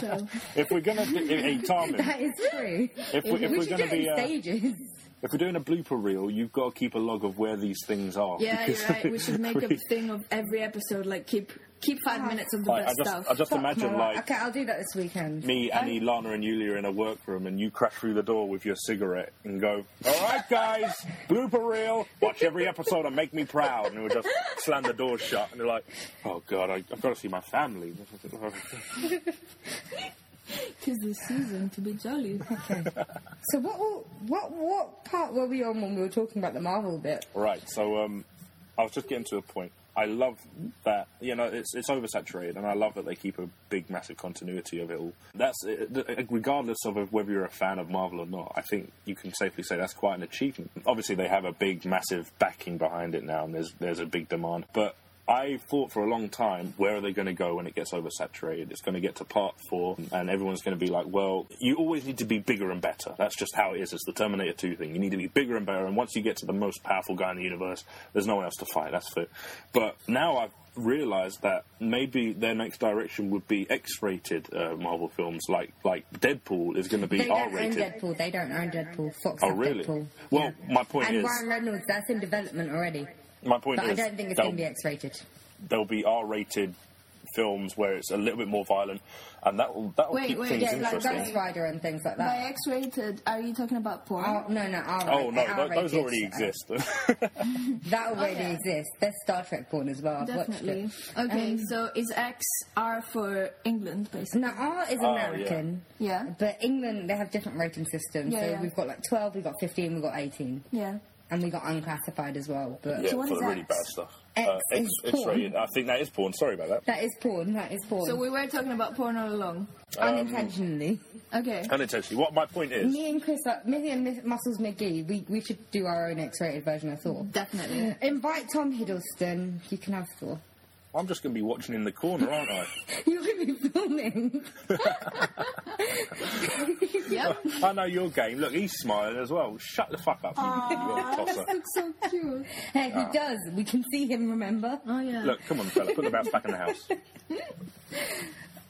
Speaker 2: <laughs>
Speaker 3: show.
Speaker 2: If we're gonna, do, hey,
Speaker 1: <laughs>
Speaker 2: Tommy,
Speaker 3: <laughs>
Speaker 1: That is true.
Speaker 2: If we- if
Speaker 1: we
Speaker 2: we're
Speaker 1: should do
Speaker 2: gonna
Speaker 1: it in
Speaker 2: be, uh,
Speaker 1: stages.
Speaker 2: if we're doing a blooper reel, you've got to keep a log of where these things are.
Speaker 3: Yeah,
Speaker 2: because
Speaker 3: you're right. We should
Speaker 2: <laughs>
Speaker 3: make a
Speaker 2: we-
Speaker 3: thing of every episode. Like keep keep five minutes of the
Speaker 2: Like, I
Speaker 3: best
Speaker 2: just,
Speaker 3: stuff.
Speaker 2: I just
Speaker 1: Fuck
Speaker 2: imagine
Speaker 1: my life.
Speaker 2: like
Speaker 1: Okay, I'll do that this weekend.
Speaker 2: me, Annie, Lana, and Yulia in a workroom, and you crash through the door with your cigarette and go, "All right, guys, blooper reel. Watch every episode and make me proud." And we will just slam the door shut, and they're like, "Oh God, I, I've got to see my family." <laughs>
Speaker 3: Tis the season to be
Speaker 1: <laughs>
Speaker 3: jolly.
Speaker 2: <laughs>
Speaker 1: So what were- what what part were we on when we were talking about the Marvel bit?
Speaker 2: Right. So um, I was just getting to a point. I love that you know it's it's oversaturated, and I love that they keep a big, massive continuity of it all. That's it, regardless of whether you're a fan of Marvel or not. I think you can safely say that's quite an achievement. Obviously, they have a big, massive backing behind it now, and there's there's a big demand. But I thought for a long time, where are they going to go when it gets oversaturated? It's going to get to part four, and everyone's going to be like, well, you always need to be bigger and better. That's just how it is. It's the Terminator 2 thing. You need to be bigger and better, and once you get to the most powerful guy in the universe, there's no one else to fight. That's fair. But now I've realized that maybe their next direction would be X-rated uh, Marvel films, like like Deadpool is going to
Speaker 1: They
Speaker 2: be
Speaker 1: don't own
Speaker 2: R-rated.
Speaker 1: Deadpool. They don't own Deadpool. Fox.
Speaker 2: Oh,
Speaker 1: has
Speaker 2: really?
Speaker 1: Deadpool.
Speaker 2: Well, my point
Speaker 1: and
Speaker 2: is-
Speaker 1: Ryan Reynolds. That's in development already.
Speaker 2: My point
Speaker 1: But I
Speaker 2: is,
Speaker 1: don't think it's
Speaker 2: they'll-
Speaker 1: going to be X-rated.
Speaker 2: there'll be R-rated films where it's a little bit more violent, and that will that will
Speaker 3: Wait,
Speaker 2: keep
Speaker 3: wait,
Speaker 2: things
Speaker 3: yeah,
Speaker 1: Yeah, like
Speaker 2: interesting.
Speaker 1: Ghost Rider and things like
Speaker 3: By
Speaker 1: that.
Speaker 3: X-rated, are you talking about porn?
Speaker 1: Oh no no! R-
Speaker 2: Oh no,
Speaker 1: R-
Speaker 2: th- those already
Speaker 1: uh,
Speaker 2: exist. <laughs>
Speaker 1: That already
Speaker 3: yeah.
Speaker 1: exists. There's Star Trek porn as well. I've watched
Speaker 3: Definitely.
Speaker 1: it.
Speaker 3: Okay,
Speaker 1: Um,
Speaker 3: so is X R for England, basically?
Speaker 1: No, R is
Speaker 2: Oh, yeah.
Speaker 1: American.
Speaker 3: Yeah.
Speaker 1: But England, they have different rating systems.
Speaker 3: Yeah,
Speaker 1: so
Speaker 3: yeah.
Speaker 1: we've got like 12, we've got 15, we've got 18.
Speaker 3: Yeah.
Speaker 1: And we got unclassified as well. But
Speaker 2: yeah,
Speaker 3: what
Speaker 2: for
Speaker 3: is
Speaker 2: the really
Speaker 3: X?
Speaker 2: bad stuff.
Speaker 1: X
Speaker 2: uh, X,
Speaker 1: is porn.
Speaker 2: X-rated. I think that is porn. Sorry about that.
Speaker 1: that is porn. That is porn.
Speaker 3: So we were talking about porn all along.
Speaker 1: Unintentionally.
Speaker 3: Okay.
Speaker 2: Unintentionally. What my point is,
Speaker 1: Me and Chris, like, me and Miss- Muscles McGee, we, we should do our own X-rated version of Thor. <laughs>
Speaker 3: Definitely.
Speaker 1: Invite Tom Hiddleston. You can have Thor. <laughs>
Speaker 2: I'm just going to be watching in the corner, aren't I?
Speaker 1: You're going to be filming.
Speaker 3: Yep.
Speaker 2: I know your game. Look, he's smiling as well. Shut the fuck up, you, you little tosser.
Speaker 3: so cute.
Speaker 1: Hey,
Speaker 2: Ah.
Speaker 1: he does. We can see him, remember?
Speaker 3: Oh yeah.
Speaker 2: Look, come on, fella, put the mouse back in the house.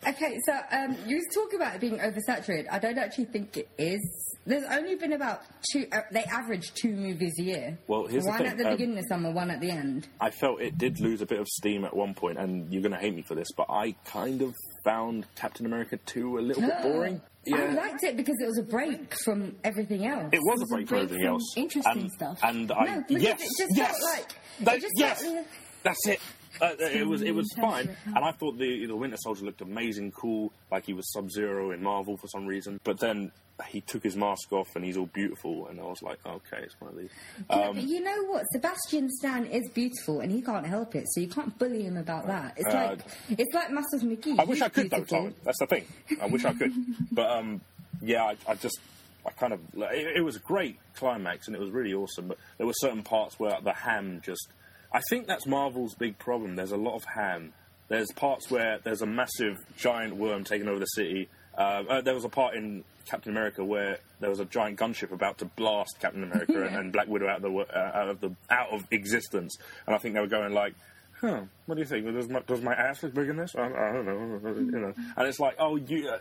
Speaker 1: Okay, so um, you was talking about it being oversaturated. I don't actually think it is. There's only been about two. Uh, they average two movies a year.
Speaker 2: Well, here's the
Speaker 1: one
Speaker 2: thing,
Speaker 1: at the
Speaker 2: um,
Speaker 1: beginning of summer, one at the end.
Speaker 2: I felt it did lose a bit of steam at one point, and you're going to hate me for this, but I kind of found Captain America 2 a little bit boring.
Speaker 1: I
Speaker 2: Yeah.
Speaker 1: liked it because it was a break from everything else.
Speaker 2: It was a
Speaker 3: was a
Speaker 2: break from
Speaker 3: break
Speaker 2: everything
Speaker 3: from
Speaker 2: else.
Speaker 3: interesting
Speaker 2: and,
Speaker 3: stuff.
Speaker 2: And I
Speaker 1: No, because
Speaker 2: yes,
Speaker 1: it just
Speaker 2: yes,
Speaker 1: felt like-
Speaker 2: That-
Speaker 1: it just
Speaker 2: yes.
Speaker 1: felt like-
Speaker 2: That's it. Uh, it was it was fine, and I thought the the Winter Soldier looked amazing, cool, like he was Sub Zero in Marvel for some reason. But then he took his mask off, and he's all beautiful, and I was like, okay, it's one of these.
Speaker 1: Yeah, but you know what? Sebastian Stan is beautiful, and he can't help it, so you can't bully him about that. It's
Speaker 2: Uh,
Speaker 1: like it's like Muscles McGee.
Speaker 2: I wish
Speaker 1: He's
Speaker 2: I could though,
Speaker 1: beautiful.
Speaker 2: Tom. That's the thing. I wish I could, but um, yeah, I, I just I kind of like, it, it was a great climax and it was really awesome. But there were certain parts where the ham just. I think that's Marvel's big problem. There's a lot of ham. There's parts where there's a massive giant worm taking over the city. Um, uh, there was a part in Captain America where there was a giant gunship about to blast Captain America <laughs> and, and Black Widow out of the wo- uh, out of the out of existence, and I think they were going like, huh, what do you think? Does my, does my ass look big in this? I, I don't know. You know. And it's like, oh, you. Uh,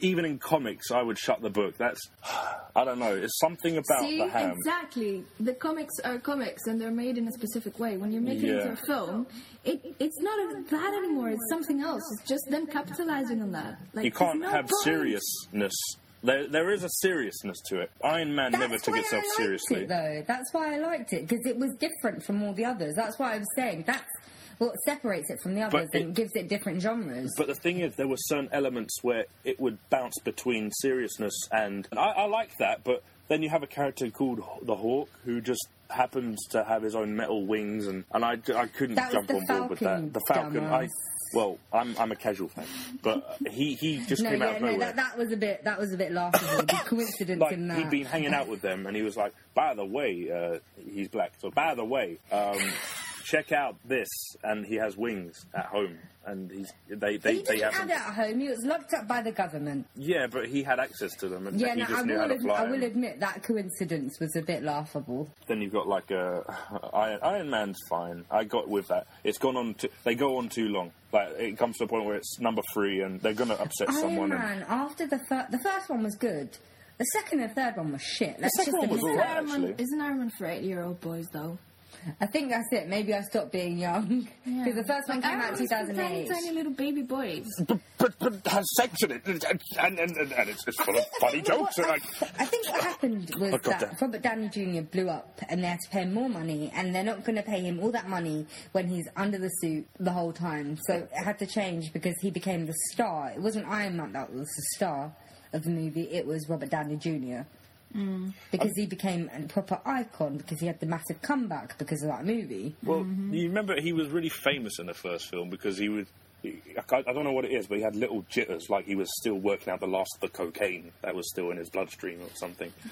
Speaker 2: even in comics, I would shut the book. That's, <sighs> I don't know. It's something about
Speaker 3: See,
Speaker 2: the ham.
Speaker 3: exactly. The comics are comics, and they're made in a specific way. When you make it into
Speaker 2: Yeah.
Speaker 3: a film, it it's not a, that anymore. It's something else. It's just them capitalizing on that. Like
Speaker 2: You can't
Speaker 3: there's no
Speaker 2: have
Speaker 3: point.
Speaker 2: seriousness. There, there is a seriousness to it. Iron Man
Speaker 1: That's
Speaker 2: never took
Speaker 1: why
Speaker 2: itself
Speaker 1: I liked
Speaker 2: seriously.
Speaker 1: It, though that's why I liked it because it was different from all the others. That's why I'm saying that's what separates it from the others
Speaker 2: it-
Speaker 1: and gives it different genres.
Speaker 2: But the thing is, there were certain elements where it would bounce between seriousness and. and I, I like that, but then you have a character called H- the Hawk who just happens to have his own metal wings, and, and I, I couldn't
Speaker 1: That was
Speaker 2: jump
Speaker 1: the
Speaker 2: on board with
Speaker 1: Falcon,
Speaker 2: that. The Falcon, I.
Speaker 1: dumbass.
Speaker 2: Well, I'm, I'm a casual fan, but he, he just
Speaker 1: no,
Speaker 2: came out
Speaker 1: yeah,
Speaker 2: of
Speaker 1: no,
Speaker 2: nowhere.
Speaker 1: that, that was a bit that was a bit laughable. the coincidence
Speaker 2: <coughs> like
Speaker 1: in that.
Speaker 2: he'd been hanging out with them, and he was like, "By the way, uh, he's black. So by the way, um, check out this." And he has wings at home, and he's they they
Speaker 1: he
Speaker 2: they
Speaker 1: didn't have
Speaker 2: haven't.
Speaker 1: it at home. He was locked up by the government.
Speaker 2: Yeah, but he had access to them, and
Speaker 1: Yeah,
Speaker 2: he
Speaker 1: no,
Speaker 2: just
Speaker 1: I
Speaker 2: knew
Speaker 1: will,
Speaker 2: how to
Speaker 1: ad- I
Speaker 2: fly.
Speaker 1: will
Speaker 2: them.
Speaker 1: admit that coincidence was a bit laughable.
Speaker 2: Then you've got like uh, Iron, Iron Man's fine. I got with that. It's gone on. To, they go on too long. Like it comes to a point where it's number three, and they're gonna upset
Speaker 1: Iron
Speaker 2: someone. and-
Speaker 1: Oh, Man, after the first, the first one was good. The second and third one was shit. Let's
Speaker 2: second
Speaker 1: just
Speaker 2: one was
Speaker 1: admit
Speaker 2: all right.
Speaker 1: that.
Speaker 3: Iron Man-
Speaker 2: actually.
Speaker 3: isn't Iron Man for eight-year-old boys though?
Speaker 1: I think that's it. Maybe I stopped being young <laughs> because the first one
Speaker 3: Like,
Speaker 1: came
Speaker 3: Iron
Speaker 1: out in
Speaker 3: Man's for Tiny,
Speaker 1: 2008.
Speaker 3: tiny little baby boys.
Speaker 2: <laughs> but, but, but has sex in it, and, and, and, and, and it's just
Speaker 1: <laughs>
Speaker 2: full of funny jokes.
Speaker 1: Well,
Speaker 2: and
Speaker 1: I,
Speaker 2: like,
Speaker 1: I think what happened was
Speaker 2: Oh, God
Speaker 1: that
Speaker 2: damn.
Speaker 1: Robert Downey Jr. blew up, and they had to pay him more money, and they're not going to pay him all that money when he's under the suit the whole time. So it had to change because he became the star. It wasn't Iron Man that was the star of the movie; it was Robert Downey Jr.
Speaker 2: Um,
Speaker 1: Because he became a proper icon because he had the massive comeback because of that movie.
Speaker 2: Well, you remember he was really famous in the first film because he would. he- I can't- I don't know what it is, but he had little jitters, like he was still working out the last of the cocaine that was still in his bloodstream or something. Um,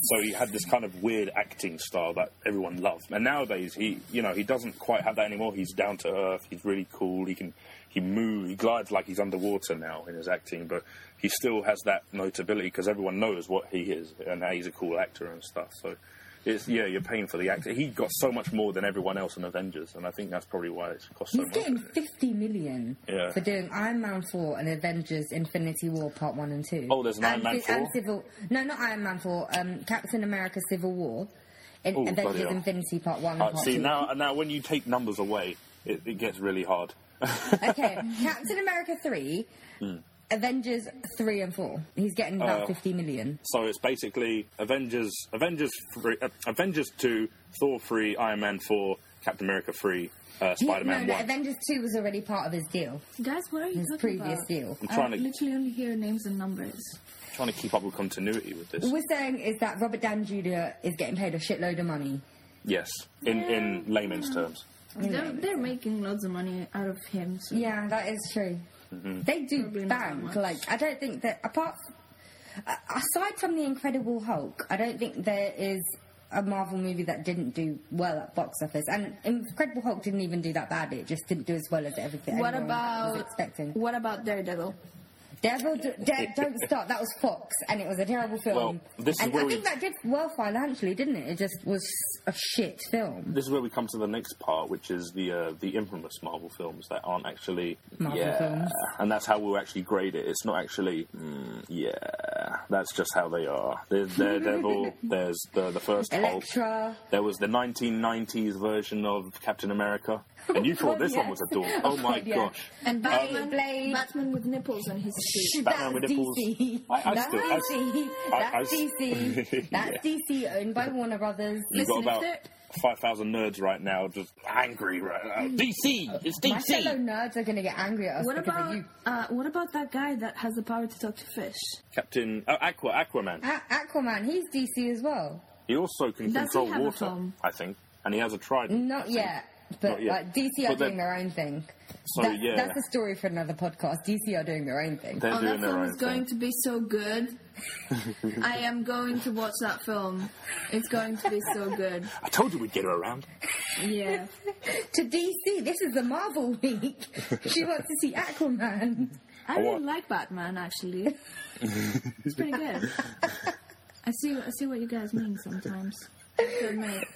Speaker 2: so he had this kind of weird acting style that everyone loved. And nowadays, he, you know, he doesn't quite have that anymore. He's down to earth. He's really cool. He can, he moves, he glides like he's underwater now in his acting, but he still has that notability because everyone knows what he is and how he's a cool actor and stuff. So it's yeah, you're paying for the actor. He got so much more than everyone else in Avengers, and I think that's probably why it's cost so
Speaker 1: He's
Speaker 2: much. Uh,
Speaker 1: getting 50 million
Speaker 2: Yeah.
Speaker 1: for doing Iron Man 4 and Avengers Infinity War Part 1 and 2.
Speaker 2: Oh, there's an Iron
Speaker 1: And
Speaker 2: Man
Speaker 1: Ci- And
Speaker 2: 4?
Speaker 1: Civil, no, not Iron Man 4, um, Captain America Civil War. In
Speaker 2: Oh, bloody
Speaker 1: Avengers
Speaker 2: hell.
Speaker 1: Infinity Part 1 and
Speaker 2: Uh,
Speaker 1: Part
Speaker 2: see
Speaker 1: 2.
Speaker 2: now, now when you take numbers away, it, it gets really hard.
Speaker 1: <laughs> okay, Captain America 3, Avengers 3 and 4. He's getting about
Speaker 2: Hmm. Oh.
Speaker 1: 50 million.
Speaker 2: So it's basically Avengers, Avengers, three, uh, Avengers two, Thor three, Iron Man four, Captain America three, uh, Spider Man
Speaker 1: no, no,
Speaker 2: one.
Speaker 1: Avengers 2 was already part of his deal,
Speaker 3: Guys, what are you
Speaker 1: his
Speaker 3: talking
Speaker 1: previous
Speaker 3: about?
Speaker 1: deal.
Speaker 2: I'm
Speaker 3: I
Speaker 2: trying to
Speaker 3: literally only hear names and numbers.
Speaker 2: trying to keep up with continuity with this.
Speaker 1: What we're saying is that Robert Downey Jr. is getting paid a shitload of money.
Speaker 2: Yes, in in layman's terms.
Speaker 3: They're, they're making loads of money out of him. So.
Speaker 1: Yeah, that is true.
Speaker 2: Mm-hmm.
Speaker 1: They do
Speaker 3: Probably not that
Speaker 1: bank.
Speaker 3: much.
Speaker 1: Like I don't think that apart uh, aside from the Incredible Hulk, I don't think there is a Marvel movie that didn't do well at box office. And Incredible Hulk didn't even do that badly. It just didn't do as well as everything.
Speaker 3: What
Speaker 1: everyone
Speaker 3: about
Speaker 1: was expecting?
Speaker 3: what about Daredevil?
Speaker 1: Devil, d- De- don't start. That was Fox, and it was a terrible film.
Speaker 2: Well, this is
Speaker 1: and
Speaker 2: where
Speaker 1: I
Speaker 2: we-
Speaker 1: think that did well financially, didn't it? It just was a shit film.
Speaker 2: this is where we come to the next part, which is the uh, the infamous Marvel films that aren't actually
Speaker 1: Marvel
Speaker 2: yeah,
Speaker 1: films.
Speaker 2: and that's how we'll actually grade it. It's not actually mm, yeah. That's just how they are. There's
Speaker 3: <laughs>
Speaker 2: Daredevil. there's the the first Hulk.
Speaker 1: Elektra.
Speaker 2: There was the 1990s version of Captain America, and
Speaker 3: <laughs>
Speaker 2: you thought
Speaker 1: God,
Speaker 2: this one
Speaker 1: yes.
Speaker 2: was a dork. Oh my
Speaker 1: God, <laughs> yeah.
Speaker 2: gosh.
Speaker 3: And Batman,
Speaker 1: Blade.
Speaker 3: Batman with nipples on his feet.
Speaker 2: Batman with
Speaker 1: that's
Speaker 2: nipples.
Speaker 1: DC.
Speaker 2: I- I
Speaker 1: that's
Speaker 2: still- I-
Speaker 1: DC.
Speaker 2: I-
Speaker 1: that's
Speaker 2: I- <laughs>
Speaker 1: DC. That's DC owned by Warner Brothers.
Speaker 2: You've got
Speaker 3: Listen, if
Speaker 2: about
Speaker 3: they're- Mm.
Speaker 2: five thousand nerds right now, just angry right Uh, now. DC, it's
Speaker 1: My fellow
Speaker 2: DC.
Speaker 1: nerds are going to get angry at us
Speaker 3: What
Speaker 1: because
Speaker 3: about
Speaker 1: of you.
Speaker 3: uh, what about that guy that has the power to talk to fish?
Speaker 2: Captain oh, Aqua, Aquaman.
Speaker 1: A- Aquaman, he's DC as well.
Speaker 2: He also can
Speaker 3: Does he
Speaker 2: control
Speaker 3: have a Mm.
Speaker 2: water,
Speaker 3: phone?
Speaker 2: I think, and he has a trident. I
Speaker 1: Not
Speaker 2: think.
Speaker 1: yet. But
Speaker 2: Not yet.
Speaker 1: like DC are
Speaker 2: But they're-
Speaker 1: doing their own thing.
Speaker 2: So,
Speaker 1: That-
Speaker 2: yeah.
Speaker 1: That's a story for another podcast. DC are doing their own thing.
Speaker 2: They're
Speaker 3: Oh,
Speaker 2: doing
Speaker 3: that
Speaker 2: their
Speaker 3: film
Speaker 2: own
Speaker 3: is going
Speaker 2: thing.
Speaker 3: to be so good. I am going to watch that film. It's going to be so good.
Speaker 2: I told you we'd get her around.
Speaker 3: Yeah.
Speaker 1: <laughs> to DC, this is the Marvel week. <laughs> she wants to see Aquaman.
Speaker 3: I really
Speaker 2: want-
Speaker 3: like Batman actually. it's pretty good. I see I see what you guys mean sometimes. Good night.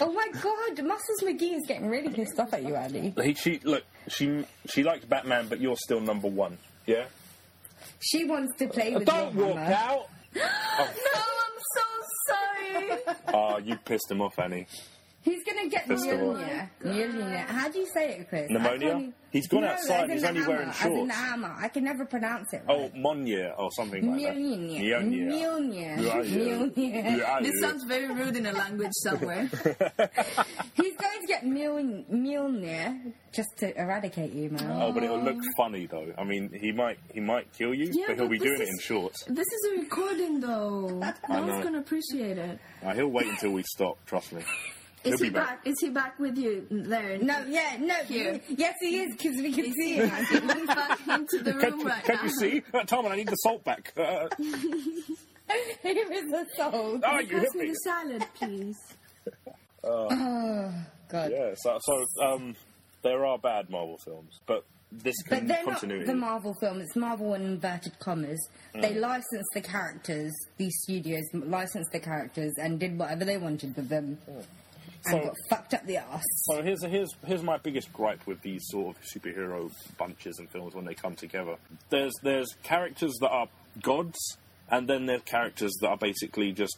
Speaker 1: Oh my god, Muscles McGee is getting really pissed off at you, Andy.
Speaker 2: He, she look, she she likes Batman, but you're still number one. Yeah.
Speaker 1: She wants to play with
Speaker 2: Uh, Don't
Speaker 1: your
Speaker 2: walk
Speaker 1: hammer.
Speaker 2: out.
Speaker 3: No, I'm so sorry.
Speaker 2: Ah, you pissed him off, Annie.
Speaker 1: He's gonna get
Speaker 2: First of all.
Speaker 1: pneumonia. Pneumonia. How do you say it, Chris? I
Speaker 2: Pneumonia?
Speaker 1: can't e-
Speaker 2: He's gone
Speaker 1: as
Speaker 2: outside,
Speaker 1: in
Speaker 2: he's
Speaker 1: the
Speaker 2: only
Speaker 1: hammer,
Speaker 2: wearing
Speaker 1: as in the
Speaker 2: shorts.
Speaker 1: hammer. I can never pronounce it.
Speaker 2: Oh,
Speaker 1: Right.
Speaker 2: Monya or something like that.
Speaker 1: Pneumonia.
Speaker 2: Mjolnir.
Speaker 1: Pneumonia. Pneumonia.
Speaker 2: Yeah,
Speaker 3: This
Speaker 2: yeah.
Speaker 3: sounds very rude in a language somewhere.
Speaker 1: He's going to get Mjoln- Mjolnir just to eradicate you, man.
Speaker 2: Oh, but it'll look funny though. I mean, he might he might kill you,
Speaker 3: Yeah,
Speaker 2: but he'll
Speaker 3: but
Speaker 2: be
Speaker 3: this
Speaker 2: doing it
Speaker 3: is-
Speaker 2: in shorts.
Speaker 3: This is a recording, though. No
Speaker 2: know.
Speaker 3: one's gonna appreciate it.
Speaker 2: Uh, he'll wait until we stop. Trust me.
Speaker 3: Is
Speaker 2: He'll be
Speaker 3: he
Speaker 2: back.
Speaker 3: back? Is he back with you there?
Speaker 1: No, yeah, no.
Speaker 3: Here.
Speaker 1: Yes, he is, because we can
Speaker 3: Is
Speaker 1: see
Speaker 3: he
Speaker 1: him. <laughs>
Speaker 3: back? He's back into the
Speaker 2: Can't
Speaker 3: room
Speaker 2: you,
Speaker 3: <laughs> right
Speaker 2: can't
Speaker 3: now.
Speaker 2: you see, uh, Tom? I need the salt back. <laughs> Uh,
Speaker 1: Here is the soul.
Speaker 2: oh, you
Speaker 3: Pass
Speaker 2: hit
Speaker 3: me
Speaker 2: me.
Speaker 3: the salad, please.
Speaker 1: God.
Speaker 2: Yeah. So, so um, there are bad Marvel films, but this
Speaker 1: But
Speaker 2: can
Speaker 1: they're
Speaker 2: continuity. Mm.
Speaker 1: not the Marvel film. It's Marvel in inverted commas. They licensed the characters. These studios licensed the characters and did whatever they wanted with them, and
Speaker 2: Mm. So-
Speaker 1: got fucked up the ass.
Speaker 2: So here's here's here's my biggest gripe with these sort of superhero bunches and films when they come together. There's there's characters that are gods, and then there's characters that are basically just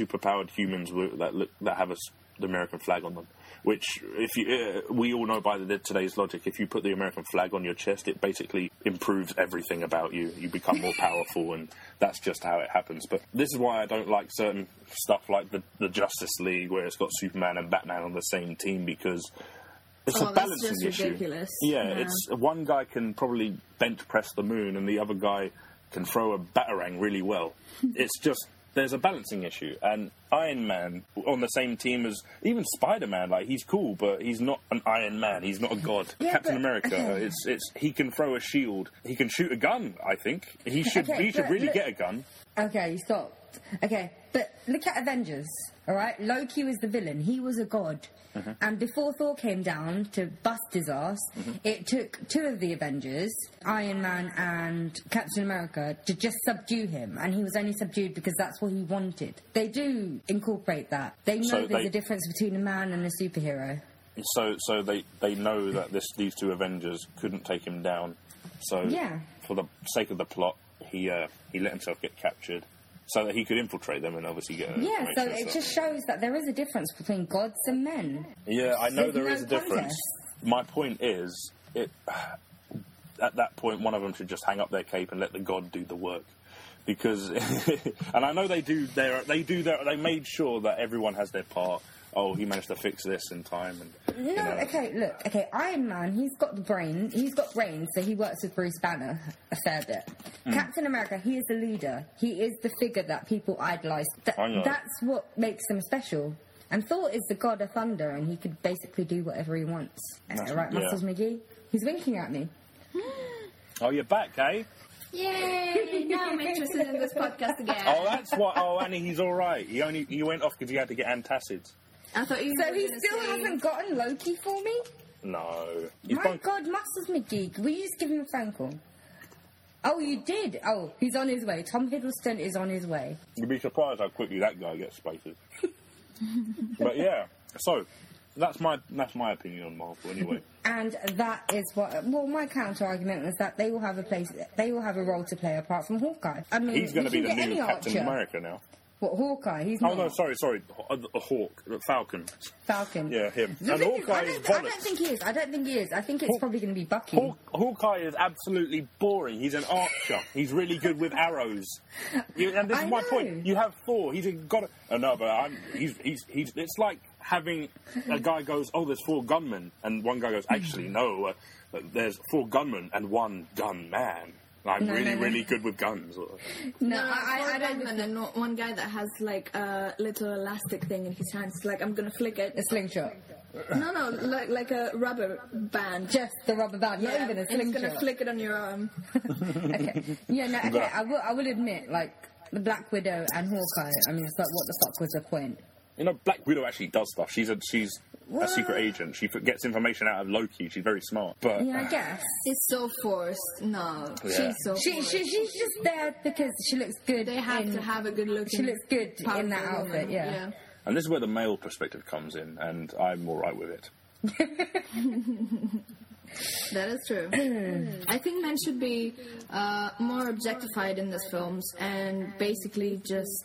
Speaker 2: superpowered humans wi- that look, that have a s the American flag on them. Which, if you, uh, we all know by the, today's logic, if you put the American flag on your chest, it basically improves everything about you. You become more powerful, and that's just how it happens. But this is why I don't like certain stuff like the, the Justice League, where it's got Superman and Batman on the same team, because it's
Speaker 3: Oh,
Speaker 2: a
Speaker 3: that's
Speaker 2: balancing
Speaker 3: just
Speaker 2: issue.
Speaker 3: ridiculous.
Speaker 2: Yeah,
Speaker 3: Yeah.
Speaker 2: it's one guy can probably bent press the moon, and the other guy can throw a batarang
Speaker 1: <laughs>
Speaker 2: really well. it's just there's a balancing issue, and Iron Man on the same team as even Spider Man. Like he's cool, but he's not an Iron Man. He's not a god.
Speaker 1: <laughs> Yeah,
Speaker 2: Captain
Speaker 1: but- <laughs>
Speaker 2: America. it's it's he can throw a shield. He can shoot a gun. I think he should
Speaker 1: Okay,
Speaker 2: he should
Speaker 1: but
Speaker 2: really
Speaker 1: look-
Speaker 2: get a gun.
Speaker 1: Okay, you stopped. Okay, but look at Avengers, alright? Loki was the villain, he was a god.
Speaker 2: Uh-huh.
Speaker 1: And before Thor came down to bust his ass, it took two of the Avengers, Iron Man and Captain America, to just subdue him. And he was only subdued because that's what he wanted. They do incorporate that. They know
Speaker 2: So
Speaker 1: there's
Speaker 2: they-
Speaker 1: a difference between a man and a superhero.
Speaker 2: So so they they know that this these two Avengers couldn't take him down. So
Speaker 1: Yeah.
Speaker 2: for the sake of the plot, he uh, he let himself get captured so that he could infiltrate them and obviously get. an
Speaker 1: Yeah, so
Speaker 2: information and
Speaker 1: it
Speaker 2: stuff.
Speaker 1: just shows that there is a difference between gods and men.
Speaker 2: Yeah, I know
Speaker 1: There's
Speaker 2: there
Speaker 1: no
Speaker 2: is a difference. My point is, it, <sighs> at that point, one of them should just hang up their cape and let the god do the work. Because, <laughs> and I know they do their, they do their, they made sure that everyone has their part. Oh, he managed to fix this in time, and
Speaker 1: No,
Speaker 2: you know.
Speaker 1: okay, look, okay, Iron Man, he's got the brain, he's got brains, so he works with Bruce Banner a fair bit.
Speaker 2: Hmm.
Speaker 1: Captain America, he is the leader, he is the figure that people idolize. Th-
Speaker 2: I know.
Speaker 1: That's what makes him special. And Thor is the god of thunder, and he could basically do whatever he wants. Uh, right,
Speaker 2: yeah.
Speaker 1: Muscles McGee? He's winking at me.
Speaker 2: Oh, you're back, eh?
Speaker 3: Yay! Now I'm interested in this podcast again.
Speaker 2: Oh, that's why. Oh, Annie, he's all right. He only he went off because he had to get antacids.
Speaker 3: I thought you
Speaker 1: So
Speaker 3: were
Speaker 1: he
Speaker 3: gonna
Speaker 1: still
Speaker 3: say-
Speaker 1: hasn't gotten Loki for me?
Speaker 2: No, he's
Speaker 1: My
Speaker 2: bunk-
Speaker 1: god, Muscles McGee, will you just give him a phone call? Oh, you did? Oh, he's on his way. Tom Hiddleston is on his way.
Speaker 2: You'd be surprised how quickly that guy
Speaker 1: <laughs>
Speaker 2: gets spaces. but yeah, so that's my that's my opinion on Marvel anyway.
Speaker 1: And that is what. Well, my counter argument was that they all have a place. They all have a role to play apart from Hawkeye. I mean,
Speaker 2: He's going to
Speaker 1: you
Speaker 2: be
Speaker 1: Mm. can
Speaker 2: the
Speaker 1: get
Speaker 2: new
Speaker 1: any
Speaker 2: Captain
Speaker 1: Archer.
Speaker 2: America now.
Speaker 1: What Hawkeye? He's
Speaker 2: Oh
Speaker 1: not
Speaker 2: no, sorry, sorry, a, a hawk, a falcon.
Speaker 1: Falcon.
Speaker 2: Yeah, him.
Speaker 1: The
Speaker 2: And
Speaker 1: thing is,
Speaker 2: Hawkeye
Speaker 1: I
Speaker 2: is
Speaker 1: don't, I don't
Speaker 2: bollocks.
Speaker 1: think he is. I don't think he is. I think it's
Speaker 2: Haw-
Speaker 1: probably going to be Bucky.
Speaker 2: Haw- Hawkeye is absolutely boring. He's an archer. He's really good with arrows. You, and this
Speaker 1: <laughs> I
Speaker 2: is my
Speaker 1: know.
Speaker 2: point. You have Thor. He's a- got a, oh, no, but I'm, he's, he's, he's. It's like having a guy goes, "Oh, there's four gunmen," and one guy goes, "Actually, no, uh, there's four gunmen and one gun man. I'm
Speaker 1: No,
Speaker 2: really,
Speaker 1: no, no.
Speaker 2: really good with guns." Uh, Or,
Speaker 1: no,
Speaker 3: No,
Speaker 1: I, I, I don't.
Speaker 3: know. And not one guy that has like a little elastic thing in his hands. Like I'm gonna flick it.
Speaker 2: <laughs>
Speaker 1: A slingshot.
Speaker 3: No, no, like like a rubber band.
Speaker 1: Just the rubber band. Not
Speaker 3: Yeah,
Speaker 1: even a
Speaker 3: and he's
Speaker 1: slingshot.
Speaker 3: gonna flick it on your arm.
Speaker 1: okay. Yeah, no, okay.
Speaker 2: But-
Speaker 1: I will, I will admit, like, the Black Widow and Hawkeye, I mean, it's like, what the fuck was the point?
Speaker 2: you know, Black Widow actually does stuff. She's a she's a
Speaker 1: What?
Speaker 2: secret agent. She f- gets information out of Loki. She's very smart. But
Speaker 1: Yeah, I guess.
Speaker 3: It's so forced. No,
Speaker 2: Yeah.
Speaker 3: she's so.
Speaker 1: She,
Speaker 3: forced.
Speaker 1: she, she's just there because she looks good.
Speaker 3: They have
Speaker 1: in-
Speaker 3: to have a good looking.
Speaker 1: She looks good in that
Speaker 3: powerful
Speaker 1: outfit,
Speaker 3: woman,
Speaker 1: yeah.
Speaker 2: And this is where the male perspective comes in, and I'm all right with it.
Speaker 3: That is
Speaker 2: <clears throat>
Speaker 3: true. I think men should be uh, more objectified in these films and basically just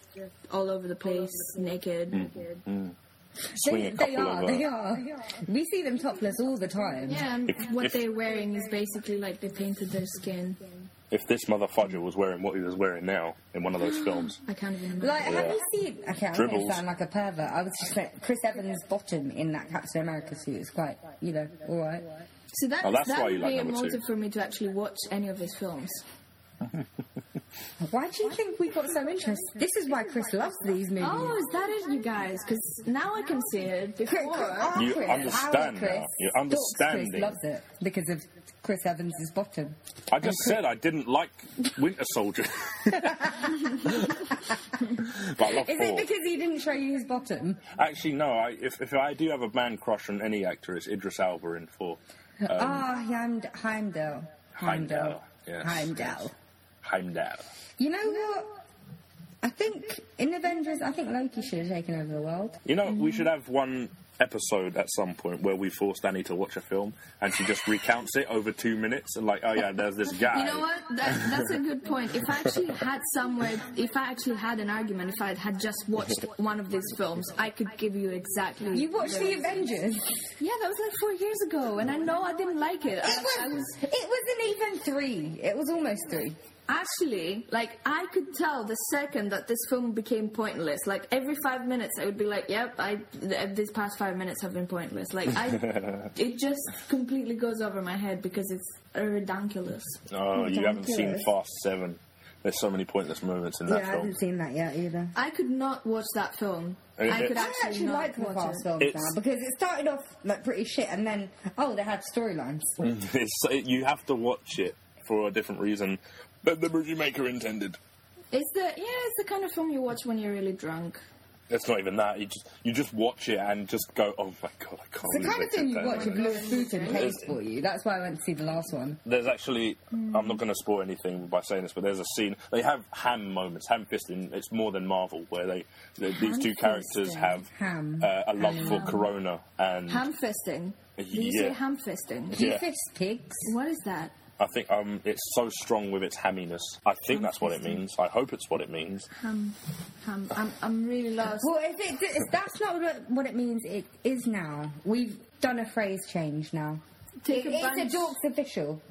Speaker 3: all over the place, naked.
Speaker 2: Swing
Speaker 1: They,
Speaker 2: a
Speaker 1: they
Speaker 2: couple
Speaker 1: are,
Speaker 2: of, uh,
Speaker 1: they are. We see them topless all the time.
Speaker 3: Yeah, and
Speaker 2: If-
Speaker 3: what
Speaker 2: if-
Speaker 3: they're wearing is basically like they painted their skin.
Speaker 2: If this motherfucker was wearing what he was wearing now in one of those films,
Speaker 3: I can't even imagine.
Speaker 1: Like, have
Speaker 2: Yeah.
Speaker 1: you seen? Okay, I'm going to
Speaker 2: Dribbles.
Speaker 1: sound like a pervert. I was just like Chris Evans' bottom in that Captain America suit. It's quite, you know, all right.
Speaker 3: So that,
Speaker 2: Oh, that's
Speaker 3: that
Speaker 2: why you
Speaker 3: would
Speaker 2: like
Speaker 3: be a
Speaker 2: number two.
Speaker 3: motive for me to actually watch any of his films.
Speaker 1: Why do you think we got so interested? This is why Chris loves these movies.
Speaker 2: Mm-hmm.
Speaker 3: Oh, is that it, you guys? Because now I can see it.
Speaker 1: Chris,
Speaker 3: Before,
Speaker 1: our
Speaker 2: You
Speaker 1: Chris,
Speaker 2: understand
Speaker 1: our Chris,
Speaker 2: now. You're
Speaker 1: stalks
Speaker 2: understanding.
Speaker 1: Chris loves it because of Chris Evans' bottom.
Speaker 2: I just said I didn't like Winter Soldier, <laughs> but I love
Speaker 1: Is it
Speaker 2: Thor.
Speaker 1: because he didn't show you his bottom?
Speaker 2: Actually, no. I, if, if I do have a man crush on any actor, it's Idris Elba in Thor.
Speaker 1: Ah, Heimd- Heimdall.
Speaker 2: Um, Heimdall, yes,
Speaker 1: Heimdall.
Speaker 2: yes. Heimdall.
Speaker 1: You know what? I think in Avengers, I think Loki should have taken over the world.
Speaker 2: You know, we
Speaker 1: Mm.
Speaker 2: should have one episode at some point where we force Annie to watch a film and she just recounts it over two minutes and like, oh yeah, there's this guy.
Speaker 3: You know what? That, that's a good point. If I actually had somewhere, if I actually had an argument, if I had just watched one of these films, I could give you exactly.
Speaker 1: You watched the <laughs> Avengers.
Speaker 3: Yeah, that was like four years ago, and I know I didn't like it.
Speaker 1: It,
Speaker 3: I, I
Speaker 1: was,
Speaker 3: was
Speaker 1: it wasn't even three. It was almost three.
Speaker 3: actually like I could tell the second that this film became pointless. Like every five minutes, I would be like, "Yep, I th- these past five minutes have been pointless." Like
Speaker 2: <laughs>
Speaker 3: I, it just completely goes over my head because it's ridiculous.
Speaker 2: Oh, you haven't seen
Speaker 1: Ridiculous.
Speaker 2: Fast Seven. There's so many pointless moments in that
Speaker 1: yeah, I
Speaker 2: film.
Speaker 1: haven't seen that yet either.
Speaker 3: I could not watch that film.
Speaker 2: And
Speaker 3: I
Speaker 2: it-
Speaker 3: could
Speaker 2: I
Speaker 1: I
Speaker 3: actually,
Speaker 1: actually
Speaker 3: not
Speaker 1: like the
Speaker 3: watch
Speaker 1: past
Speaker 3: it.
Speaker 1: films
Speaker 2: It's-
Speaker 1: now because it started off like pretty shit and then oh they had storylines.
Speaker 2: it's, it, you have to watch it for a different reason than the movie maker intended.
Speaker 3: It's the yeah, it's the kind of film you watch when you're really drunk.
Speaker 2: It's not even that. You just you just watch it and just go, oh my god, I
Speaker 1: It's
Speaker 2: can't.
Speaker 1: the
Speaker 2: believe
Speaker 1: kind
Speaker 2: they
Speaker 1: of thing
Speaker 2: did
Speaker 1: you
Speaker 2: that."
Speaker 1: watch if Lewis Fulton pays for you. That's why I went to see the last one.
Speaker 2: There's actually,
Speaker 1: Hmm.
Speaker 2: I'm not going to spoil anything by saying this, but there's a scene. They have ham moments, ham fisting. It's more than Marvel, where they, they- these two characters
Speaker 3: Ham-fisting.
Speaker 2: have
Speaker 1: Ham.
Speaker 2: Uh, a love for Corona and
Speaker 3: Hamfisting. Do you
Speaker 2: Yeah.
Speaker 3: say hamfisting?
Speaker 1: Do you
Speaker 2: Yeah.
Speaker 1: fist pigs?
Speaker 3: What is that?
Speaker 2: I think um, it's so strong with its hamminess. I think that's what it means. I hope it's what it means.
Speaker 3: Ham, ham. I'm, I'm really lost.
Speaker 1: Well, if, it, if that's not what- what it means, it is now. We've done a phrase change now.
Speaker 3: Take a bunch,
Speaker 1: It's a Dorks official.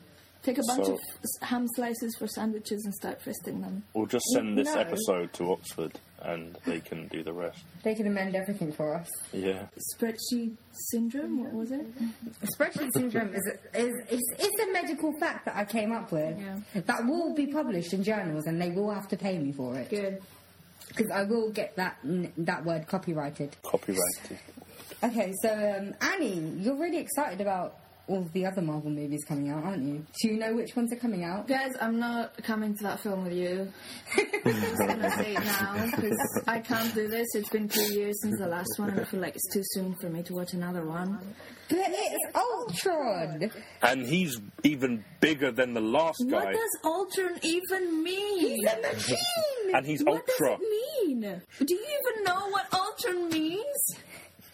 Speaker 3: take a bunch
Speaker 2: So-
Speaker 3: of s- ham slices for sandwiches and start fisting them.
Speaker 2: We'll just send this
Speaker 1: No.
Speaker 2: episode to Oxford, and they can do the rest.
Speaker 1: They can amend everything for us.
Speaker 2: Yeah.
Speaker 3: Spreadsheet syndrome. What was it?
Speaker 1: Expression syndrome is, is, is, is a medical fact that I came up with
Speaker 3: Yeah.
Speaker 1: that will be published in journals and they will have to pay me for it
Speaker 3: Good.
Speaker 1: because I will get that n- that word copyrighted.
Speaker 2: Copyrighted.
Speaker 1: Okay, so um, Annie, you're really excited about all the other Marvel movies coming out, aren't you? Do you know which ones are coming out?
Speaker 3: Guys, I'm not coming to that film with you. <laughs> I'm just gonna say it now because I can't do this. It's been two years since the last one, and I feel like it's too soon for me to watch another one.
Speaker 1: But it's Ultron.
Speaker 2: And he's even bigger than the last
Speaker 3: What
Speaker 2: guy.
Speaker 3: does Ultron even mean?
Speaker 1: He's a machine.
Speaker 2: And he's
Speaker 3: What
Speaker 2: Ultra.
Speaker 3: does it mean? Do you even know what Ultron means?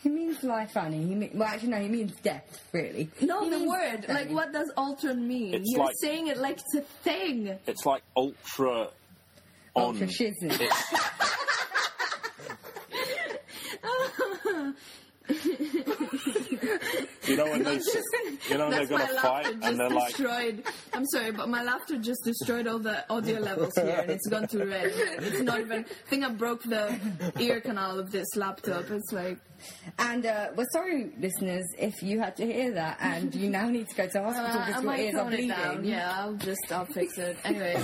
Speaker 1: He means life, Annie. He mean, well, actually, no, he means death, really.
Speaker 3: No,
Speaker 1: He
Speaker 3: the
Speaker 1: means
Speaker 3: word.
Speaker 1: death.
Speaker 3: Like, what does Ultron mean?
Speaker 2: Mm. It's
Speaker 3: You're
Speaker 2: like-
Speaker 3: saying it like it's a thing.
Speaker 2: It's like ultra on.
Speaker 1: Ultra shizzle.
Speaker 2: You know when they,
Speaker 3: <laughs> I'm just gonna-
Speaker 2: you know when they're
Speaker 3: that's
Speaker 2: gonna
Speaker 3: my
Speaker 2: fight
Speaker 3: laughter
Speaker 2: and they're
Speaker 3: just
Speaker 2: like,
Speaker 3: destroyed. I'm sorry, but my laughter just destroyed all the
Speaker 2: <laughs>
Speaker 3: audio levels here, and it's gone to red. It's not even. I think I broke the ear canal of this laptop. It's like
Speaker 1: And uh, we're sorry, listeners, if you had to hear that and you now need to go to
Speaker 3: uh,
Speaker 1: hospital
Speaker 3: I
Speaker 1: because your
Speaker 3: might
Speaker 1: ears are
Speaker 3: tone it
Speaker 1: bleeding.
Speaker 3: down. Yeah, I'll just I'll fix it
Speaker 2: <laughs>
Speaker 3: anyway.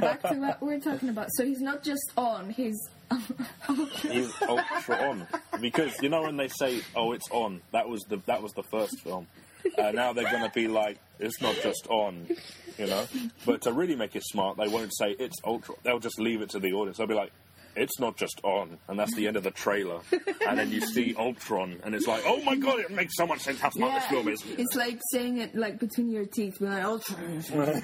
Speaker 3: back to what we're talking about. So he's not just on. He's
Speaker 2: is ultra oh, on because you know when they say oh it's on that was the that was the first film uh, now they're going to be like it's not just on you know but to really make it smart they won't say it's ultra they'll just leave it to the audience they'll be like it's not just on, and that's the end of the trailer. And then you see Ultron, and it's like, oh my god, it makes so much sense how smart this film is.
Speaker 3: It's like saying it like between your teeth, being like ultra. <laughs>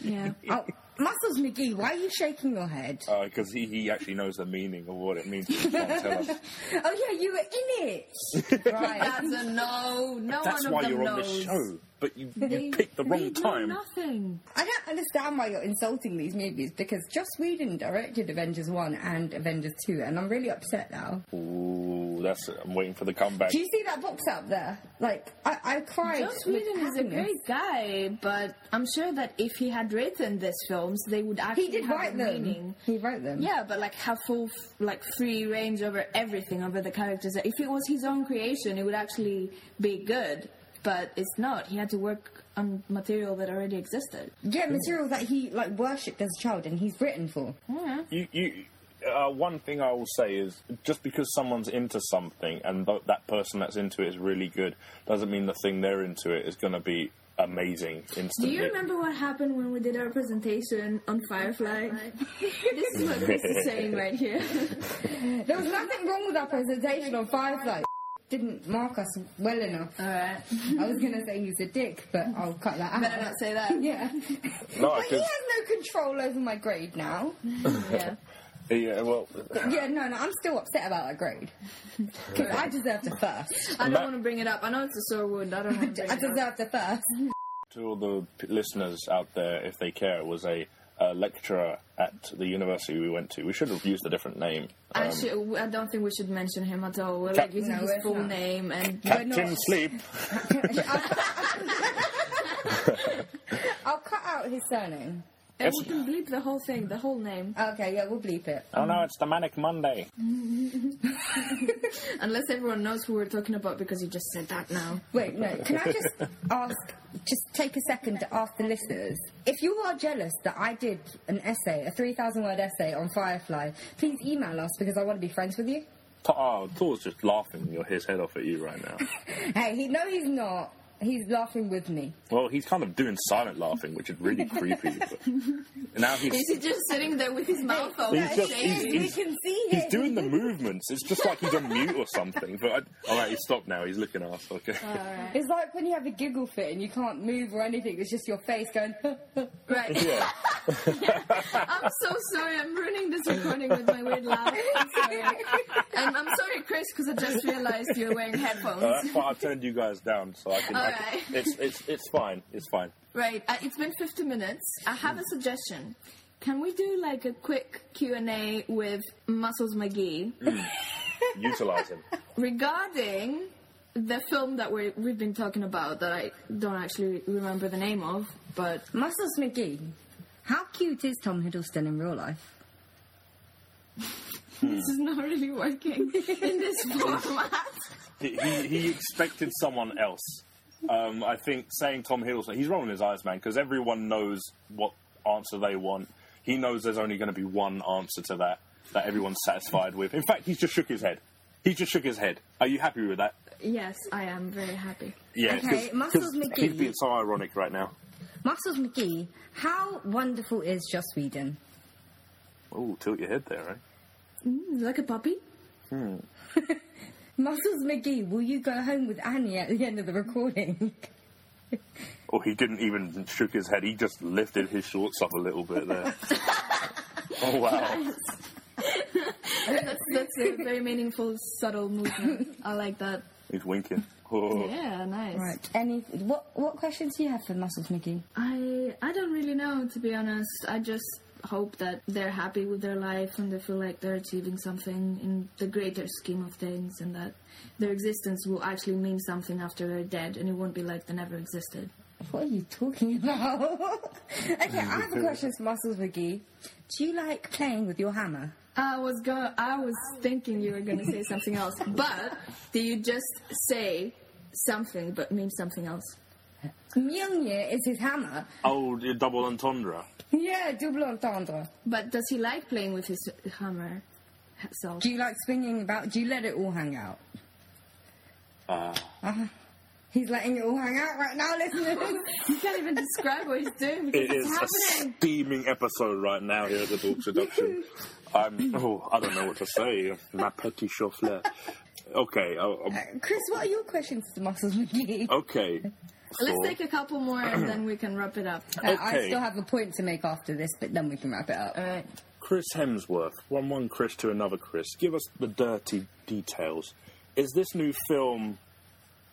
Speaker 3: yeah.
Speaker 1: Oh, Muscles McGee, why are you shaking your head?
Speaker 2: Because Uh, he, he actually knows the meaning of what it means. He can't Oh,
Speaker 3: <laughs>
Speaker 2: tell us.
Speaker 1: <laughs> oh yeah, you were in
Speaker 2: <laughs>
Speaker 1: it. right.
Speaker 3: <laughs> That's a no. No
Speaker 2: That's
Speaker 3: one
Speaker 2: why
Speaker 3: of them
Speaker 2: you're on
Speaker 3: knows.
Speaker 2: this show, but you,
Speaker 3: They-
Speaker 2: you picked the
Speaker 3: they
Speaker 2: wrong
Speaker 3: know
Speaker 2: time.
Speaker 3: Nothing.
Speaker 1: I don't understand why you're insulting these movies because Joss Whedon directed Avengers One and Avengers Two, and I'm really upset now.
Speaker 2: Ooh, that's it. I'm waiting for the comeback.
Speaker 1: Do you see that box up there? Like I, I cried.
Speaker 3: Joss
Speaker 1: with
Speaker 3: Whedon is a
Speaker 1: happiness.
Speaker 3: great guy, but I'm sure that if he had written these films, they would actually
Speaker 1: He did
Speaker 3: have
Speaker 1: write
Speaker 3: a
Speaker 1: them.
Speaker 3: meaning.
Speaker 1: He wrote them.
Speaker 3: Yeah, but like have full f- like free range over everything over the characters. If it was his own creation, it would actually be good. But it's not. He had to work on material that already existed.
Speaker 1: Yeah, material that he like worshipped as a child and he's written for.
Speaker 2: you, you uh, one thing I will say is just because someone's into something and th- that person that's into it is really good doesn't mean the thing they're into it is going to be amazing
Speaker 3: Do
Speaker 2: instantly.
Speaker 3: you remember what happened when we did our presentation on <laughs> Firefly? this is what Chris is saying right here. <laughs>
Speaker 1: There was nothing wrong with our presentation on Firefly. Didn't mark us well enough.
Speaker 3: All right.
Speaker 1: I was gonna say he's a dick, but I'll cut that out.
Speaker 3: Better not say that.
Speaker 1: Yeah.
Speaker 2: No,
Speaker 1: but he
Speaker 2: 'cause-
Speaker 1: has no control over my grade now.
Speaker 3: Yeah.
Speaker 2: Yeah, well,
Speaker 1: yeah, no, no, I'm still upset about that grade. Because I deserved a first.
Speaker 3: I don't
Speaker 2: Ma-
Speaker 3: want to bring it up. I know it's a sore wound. I don't want to
Speaker 1: I
Speaker 3: bring it up.
Speaker 1: deserved a first.
Speaker 2: to all the p- listeners out there, if they care, was a, uh lecturer at the university we went to. We should have used a different name.
Speaker 3: <laughs> I, should, I don't think we should mention him at all. We're like
Speaker 2: Cap-
Speaker 3: using
Speaker 1: No,
Speaker 3: his
Speaker 1: it's
Speaker 3: full
Speaker 1: not.
Speaker 3: name <laughs> and
Speaker 2: Captain Sleep.
Speaker 1: I'll cut out his surname.
Speaker 3: and we can bleep the whole thing, the whole name,
Speaker 1: Okay, yeah, we'll bleep it.
Speaker 2: Oh no, it's the Manic Monday.
Speaker 3: unless everyone knows who we're talking about because you just said that now.
Speaker 1: Wait, no. Can I just ask, just take a second to ask the listeners? If you are jealous that I did an essay, a 3,000 word essay on Firefly, please email us because I want to be friends with you.
Speaker 2: Oh, Thor's just laughing your- his head off at you right now.
Speaker 1: Hey, he, no, he's not. He's laughing with me.
Speaker 2: Well, he's kind of doing silent laughing, which is really creepy.
Speaker 3: <laughs>
Speaker 2: But now he's
Speaker 3: Is he just sitting there with his mouth open?
Speaker 2: he's just
Speaker 3: saying-
Speaker 2: he's,
Speaker 1: We
Speaker 2: he's,
Speaker 1: can see
Speaker 2: he's
Speaker 1: him.
Speaker 2: doing the movements. It's just like he's on mute or something. But I, all right, he's stopped now. He's looking off. Okay.
Speaker 1: It's like when you have a giggle fit and you can't move or anything, it's just your face going. <laughs>
Speaker 3: Right.
Speaker 2: yeah.
Speaker 3: I'm so sorry. I'm ruining this recording with my weird laugh. I'm sorry. And I'm sorry, Chris, because I just realized you're wearing headphones.
Speaker 2: Uh, that's why I've turned you guys down, so I can.
Speaker 3: All
Speaker 2: I can-
Speaker 3: right.
Speaker 2: It's it's it's fine. It's fine.
Speaker 3: Right. Uh, it's been 50 minutes. I have a suggestion. Can we do like a quick Q and A with Muscles McGee
Speaker 2: Utilize him.
Speaker 3: regarding the film that we we've been talking about that I don't actually remember the name of, but
Speaker 1: Muscles McGee, how cute is Tom Hiddleston in real life?
Speaker 3: this is not really working in this <laughs> format.
Speaker 2: He, he, he expected someone else. Um, I think saying Tom Hiddleston, he's rolling his eyes, man, because everyone knows what answer they want. He knows there's only going to be one answer to that that everyone's satisfied with. In fact, he's just shook his head. He just shook his head. Are you happy with that?
Speaker 3: Yes, I am very happy.
Speaker 2: Yeah.
Speaker 1: Okay,
Speaker 2: 'cause-
Speaker 1: Muscles
Speaker 2: 'cause
Speaker 1: McGee.
Speaker 2: He's being so ironic right now.
Speaker 1: Muscles McGee, how wonderful is Joss Whedon?
Speaker 2: Oh, tilt your head there, right?
Speaker 3: Mm, Like a puppy.
Speaker 1: Muscles McGee, will you go home with Annie at the end of the recording?
Speaker 2: Oh, he didn't even shook his head. He just lifted his shorts up a little
Speaker 1: <laughs>
Speaker 2: bit there. oh wow!
Speaker 3: That's, that's a very meaningful, subtle movement. I like that.
Speaker 2: He's winking. Oh.
Speaker 3: Yeah, nice.
Speaker 1: right. Any what what questions do you have for Muscles McGee?
Speaker 3: I I don't really know to be honest. I just hope that they're happy with their life and they feel like they're achieving something in the greater scheme of things and that their existence will actually mean something after they're dead and it won't be like they never existed.
Speaker 1: What are you talking about? <laughs> okay, I have a question for Muscles McGee. Do you like playing with your hammer?
Speaker 3: I was go- I was thinking you were gonna say something else, but do you just say something but mean something else?
Speaker 1: Mjolnir is his hammer.
Speaker 2: Oh, the double entendre.
Speaker 1: Yeah, double entendre.
Speaker 3: But does he like playing with his hammer? Self?
Speaker 1: Do you like swinging about? Do you let it all hang out? Ah,
Speaker 2: Uh,
Speaker 1: He's letting it all hang out right now, listeners. <laughs>
Speaker 3: You can't even describe what he's doing because
Speaker 2: it is
Speaker 3: it's
Speaker 2: a
Speaker 3: happening.
Speaker 2: steaming episode right now here at the Dorks Seduction. I'm, oh, I don't know what to say. My petit chauffeur. Okay, oh, um,
Speaker 1: Uh, Chris, what are your questions to Muscles McGee?
Speaker 2: okay.
Speaker 3: Let's
Speaker 2: So-
Speaker 3: take a couple more and then we can wrap it <clears throat> up.
Speaker 1: Uh, I
Speaker 2: okay.
Speaker 1: still have a point to make after this, but then we can wrap it up.
Speaker 2: Chris Hemsworth, one one Chris to another Chris. Give us the dirty details. Is this new film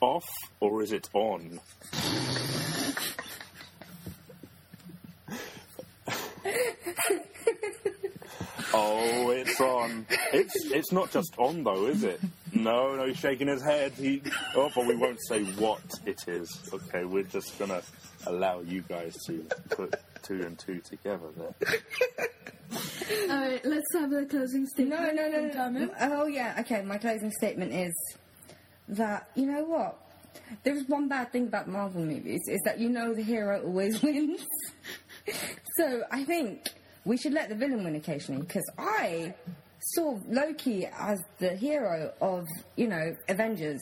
Speaker 2: off or is it on? oh, it's on. It's it's not just on though, is it? No, no, he's shaking his head. He oh, but we won't say what it is. Okay, we're just gonna allow you guys to put two and two together there.
Speaker 3: All right, let's have the closing statement.
Speaker 1: No, no, no,
Speaker 3: from
Speaker 1: no, no.
Speaker 3: Carmen.
Speaker 1: Oh, yeah. Okay, my closing statement is that, you know what? There's one bad thing about Marvel movies is that you know the hero always <laughs> wins. so I think we should let the villain win occasionally because I saw Loki as the hero of, you know, Avengers.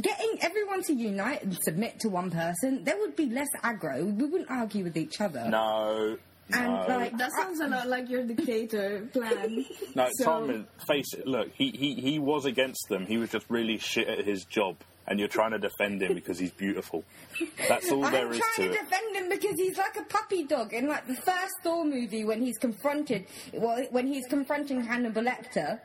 Speaker 1: Getting everyone to unite and submit to one person, there would be less aggro. We wouldn't argue with each other.
Speaker 2: No.
Speaker 1: And,
Speaker 2: no.
Speaker 1: like,
Speaker 3: That sounds a lot like your dictator plan.
Speaker 2: no,
Speaker 3: So-
Speaker 2: Tom, is- face it. Look, he, he, he was against them. He was just really shit at his job. And you're trying to defend him because he's beautiful. That's
Speaker 1: <laughs>
Speaker 2: all
Speaker 1: I'm
Speaker 2: there is
Speaker 1: trying
Speaker 2: to
Speaker 1: to
Speaker 2: it.
Speaker 1: defend him because he's like a puppy dog in like the first Thor movie when he's confronted, well, when he's confronting Hannibal Lecter,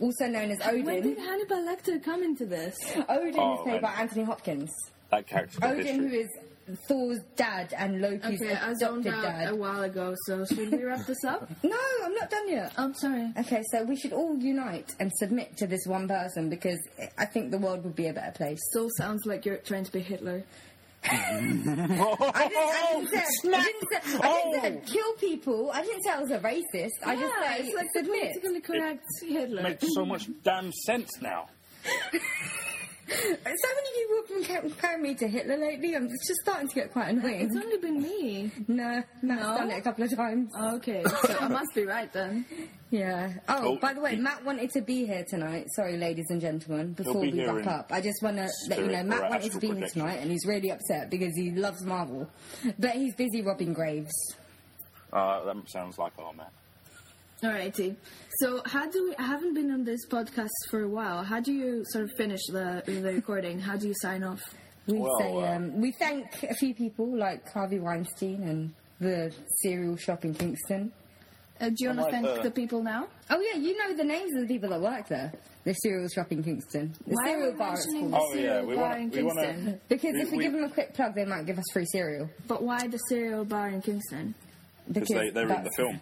Speaker 1: also known as
Speaker 3: <laughs> When did
Speaker 1: Odin.
Speaker 3: Hannibal Lecter come into this?
Speaker 1: Odin
Speaker 2: Oh,
Speaker 1: is played
Speaker 2: and-
Speaker 1: by Anthony Hopkins.
Speaker 2: That character got
Speaker 1: Odin, who
Speaker 2: history.
Speaker 1: is Thor's dad and Loki's
Speaker 3: <laughs> Okay, I zoned
Speaker 1: adopted
Speaker 3: out a
Speaker 1: dad.
Speaker 3: while ago, so should we wrap this <laughs> up?
Speaker 1: No, I'm not done yet.
Speaker 3: Oh, I'm sorry.
Speaker 1: Okay, so we should all unite and submit to this one person because I think the world would be a better place.
Speaker 3: Still sounds like you're trying to be Hitler.
Speaker 2: <laughs>
Speaker 1: I didn't, I
Speaker 3: Oh,
Speaker 1: didn't say, I
Speaker 2: Snap!
Speaker 1: didn't say, I didn't say
Speaker 2: Oh!
Speaker 1: kill people. I didn't say I was a racist. I just say
Speaker 3: it's like the
Speaker 1: submit.
Speaker 3: politically correct Hitler.
Speaker 2: Makes so much damn sense now.
Speaker 1: So many people have been comparing me to Hitler lately. I'm it's just starting to get quite annoying.
Speaker 3: It's only been me.
Speaker 1: No, Matt's
Speaker 3: No?
Speaker 1: done it a couple of times.
Speaker 3: Okay, so I must be right then.
Speaker 1: Yeah. Oh,
Speaker 2: Oh,
Speaker 1: by the way,
Speaker 2: he-
Speaker 1: Matt wanted to be here tonight. Sorry, ladies and gentlemen. Before
Speaker 2: be
Speaker 1: we
Speaker 2: here
Speaker 1: wrap
Speaker 2: in
Speaker 1: up, I just want to let you know
Speaker 2: spirit
Speaker 1: Matt
Speaker 2: or
Speaker 1: wanted to
Speaker 2: astral
Speaker 1: be here
Speaker 2: projection.
Speaker 1: tonight, and he's really upset because he loves Marvel, but he's busy robbing graves.
Speaker 2: Uh, that sounds like our man.
Speaker 3: Alrighty. So, how do we? I haven't been on this podcast for a while. How do you sort of finish the the recording? How do you sign off?
Speaker 1: We
Speaker 2: Well,
Speaker 1: say
Speaker 2: uh,
Speaker 1: um, we thank a few people like Harvey Weinstein and the cereal shop in Kingston.
Speaker 3: Uh, do you want to
Speaker 2: like
Speaker 3: thank
Speaker 2: the-
Speaker 3: the people now?
Speaker 1: Oh yeah, you know the names of the people that work there. The cereal shop in Kingston. The
Speaker 3: Why are
Speaker 1: cereal
Speaker 3: we
Speaker 1: bar. It's
Speaker 3: mentioning
Speaker 1: called.
Speaker 3: the
Speaker 2: Oh, yeah,
Speaker 3: cereal
Speaker 2: we
Speaker 3: bar
Speaker 2: wanna-
Speaker 3: in
Speaker 2: we wanna- <laughs>
Speaker 3: Kingston?
Speaker 1: Because if we
Speaker 2: We-
Speaker 1: give
Speaker 2: we-
Speaker 1: them a quick plug, they might give us free cereal.
Speaker 3: But why the cereal bar in Kingston?
Speaker 2: Because they, they're in the
Speaker 1: that's-
Speaker 2: film.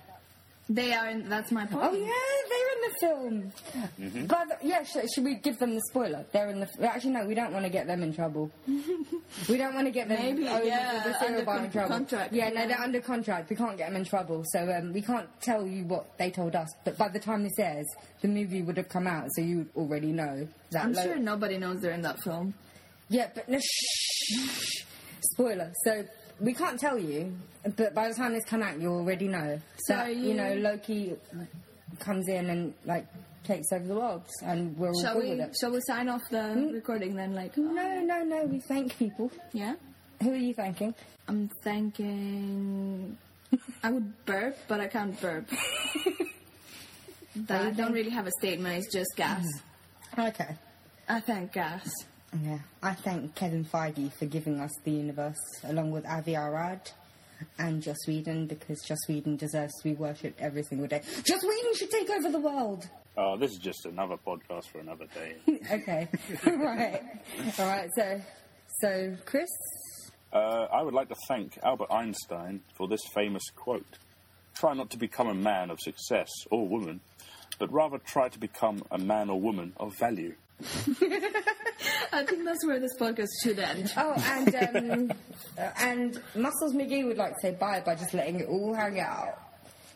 Speaker 3: They are. in... That's my point.
Speaker 1: Oh yeah, they're in the
Speaker 2: Mm-hmm.
Speaker 1: film. But yeah, sh- should we give them the spoiler? They're in the. well, Actually, no, we don't want to get them in
Speaker 2: <laughs>
Speaker 1: trouble. we don't want to get them.
Speaker 3: Maybe,
Speaker 1: oh,
Speaker 3: yeah,
Speaker 1: the cereal
Speaker 3: under
Speaker 1: bar in
Speaker 3: con-
Speaker 1: trouble.
Speaker 3: contract,
Speaker 1: Yeah, no,
Speaker 3: yeah.
Speaker 1: they're under contract. We can't get them in trouble, so um, we can't tell you what they told us. But by the time this airs, the movie would have come out, so you would already know that.
Speaker 3: I'm
Speaker 1: lo-
Speaker 3: sure nobody knows they're in that film.
Speaker 1: Yeah, but no, shh. Spoiler. So we can't tell you, but by the time this come out, you already know.
Speaker 3: So
Speaker 1: that, you...
Speaker 3: you-
Speaker 1: know Loki comes in and like takes over the world, and we're all
Speaker 3: Shall
Speaker 1: good
Speaker 3: we?
Speaker 1: with it. Hmm?
Speaker 3: Shall we sign off the recording then? Like,
Speaker 1: No, no, no. We thank people.
Speaker 3: yeah.
Speaker 1: Who are you thanking?
Speaker 3: I'm thinking. I would burp, but I can't
Speaker 1: <laughs>
Speaker 3: burp. That- I don't really have a statement. It's just gas.
Speaker 1: Mm-hmm. Okay.
Speaker 3: I thank gas.
Speaker 1: Yeah, I thank Kevin Feige for giving us the universe, along with Avi Arad and Joss Whedon, because Joss Whedon deserves to be worshipped every single day. Joss Whedon should take over the world.
Speaker 2: Oh, this is just another podcast for another day. <laughs>
Speaker 1: Okay. right. All right. So, so Chris.
Speaker 2: Uh, I would like to thank Albert Einstein for this famous quote. try not to become a man of success or woman, but rather try to become a man or woman of value.
Speaker 3: I think that's where this podcast should end.
Speaker 1: Oh,
Speaker 3: <laughs>
Speaker 1: and um, uh, and Muscles McGee would like to say bye by just letting it all hang out.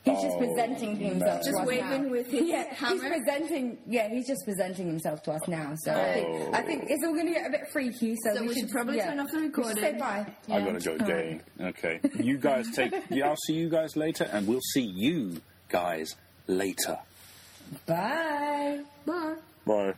Speaker 1: He's just
Speaker 2: Oh,
Speaker 1: presenting himself.
Speaker 2: no.
Speaker 1: to
Speaker 3: Just
Speaker 1: us
Speaker 3: waving
Speaker 1: now.
Speaker 3: with his
Speaker 1: yeah, he's
Speaker 3: hammer.
Speaker 1: presenting. Yeah, he's just presenting himself to us now. So I, think,
Speaker 2: Oh.
Speaker 1: I think it's all going to get a bit freaky. So,
Speaker 3: So
Speaker 1: we,
Speaker 3: we should probably
Speaker 1: yeah.
Speaker 3: turn off the
Speaker 1: We should Say
Speaker 3: recording.
Speaker 1: bye.
Speaker 2: I've got to go again. Okay. You guys take. Yeah, I'll see you guys later, and we'll see you guys later.
Speaker 1: Bye.
Speaker 3: Bye.
Speaker 2: Bye.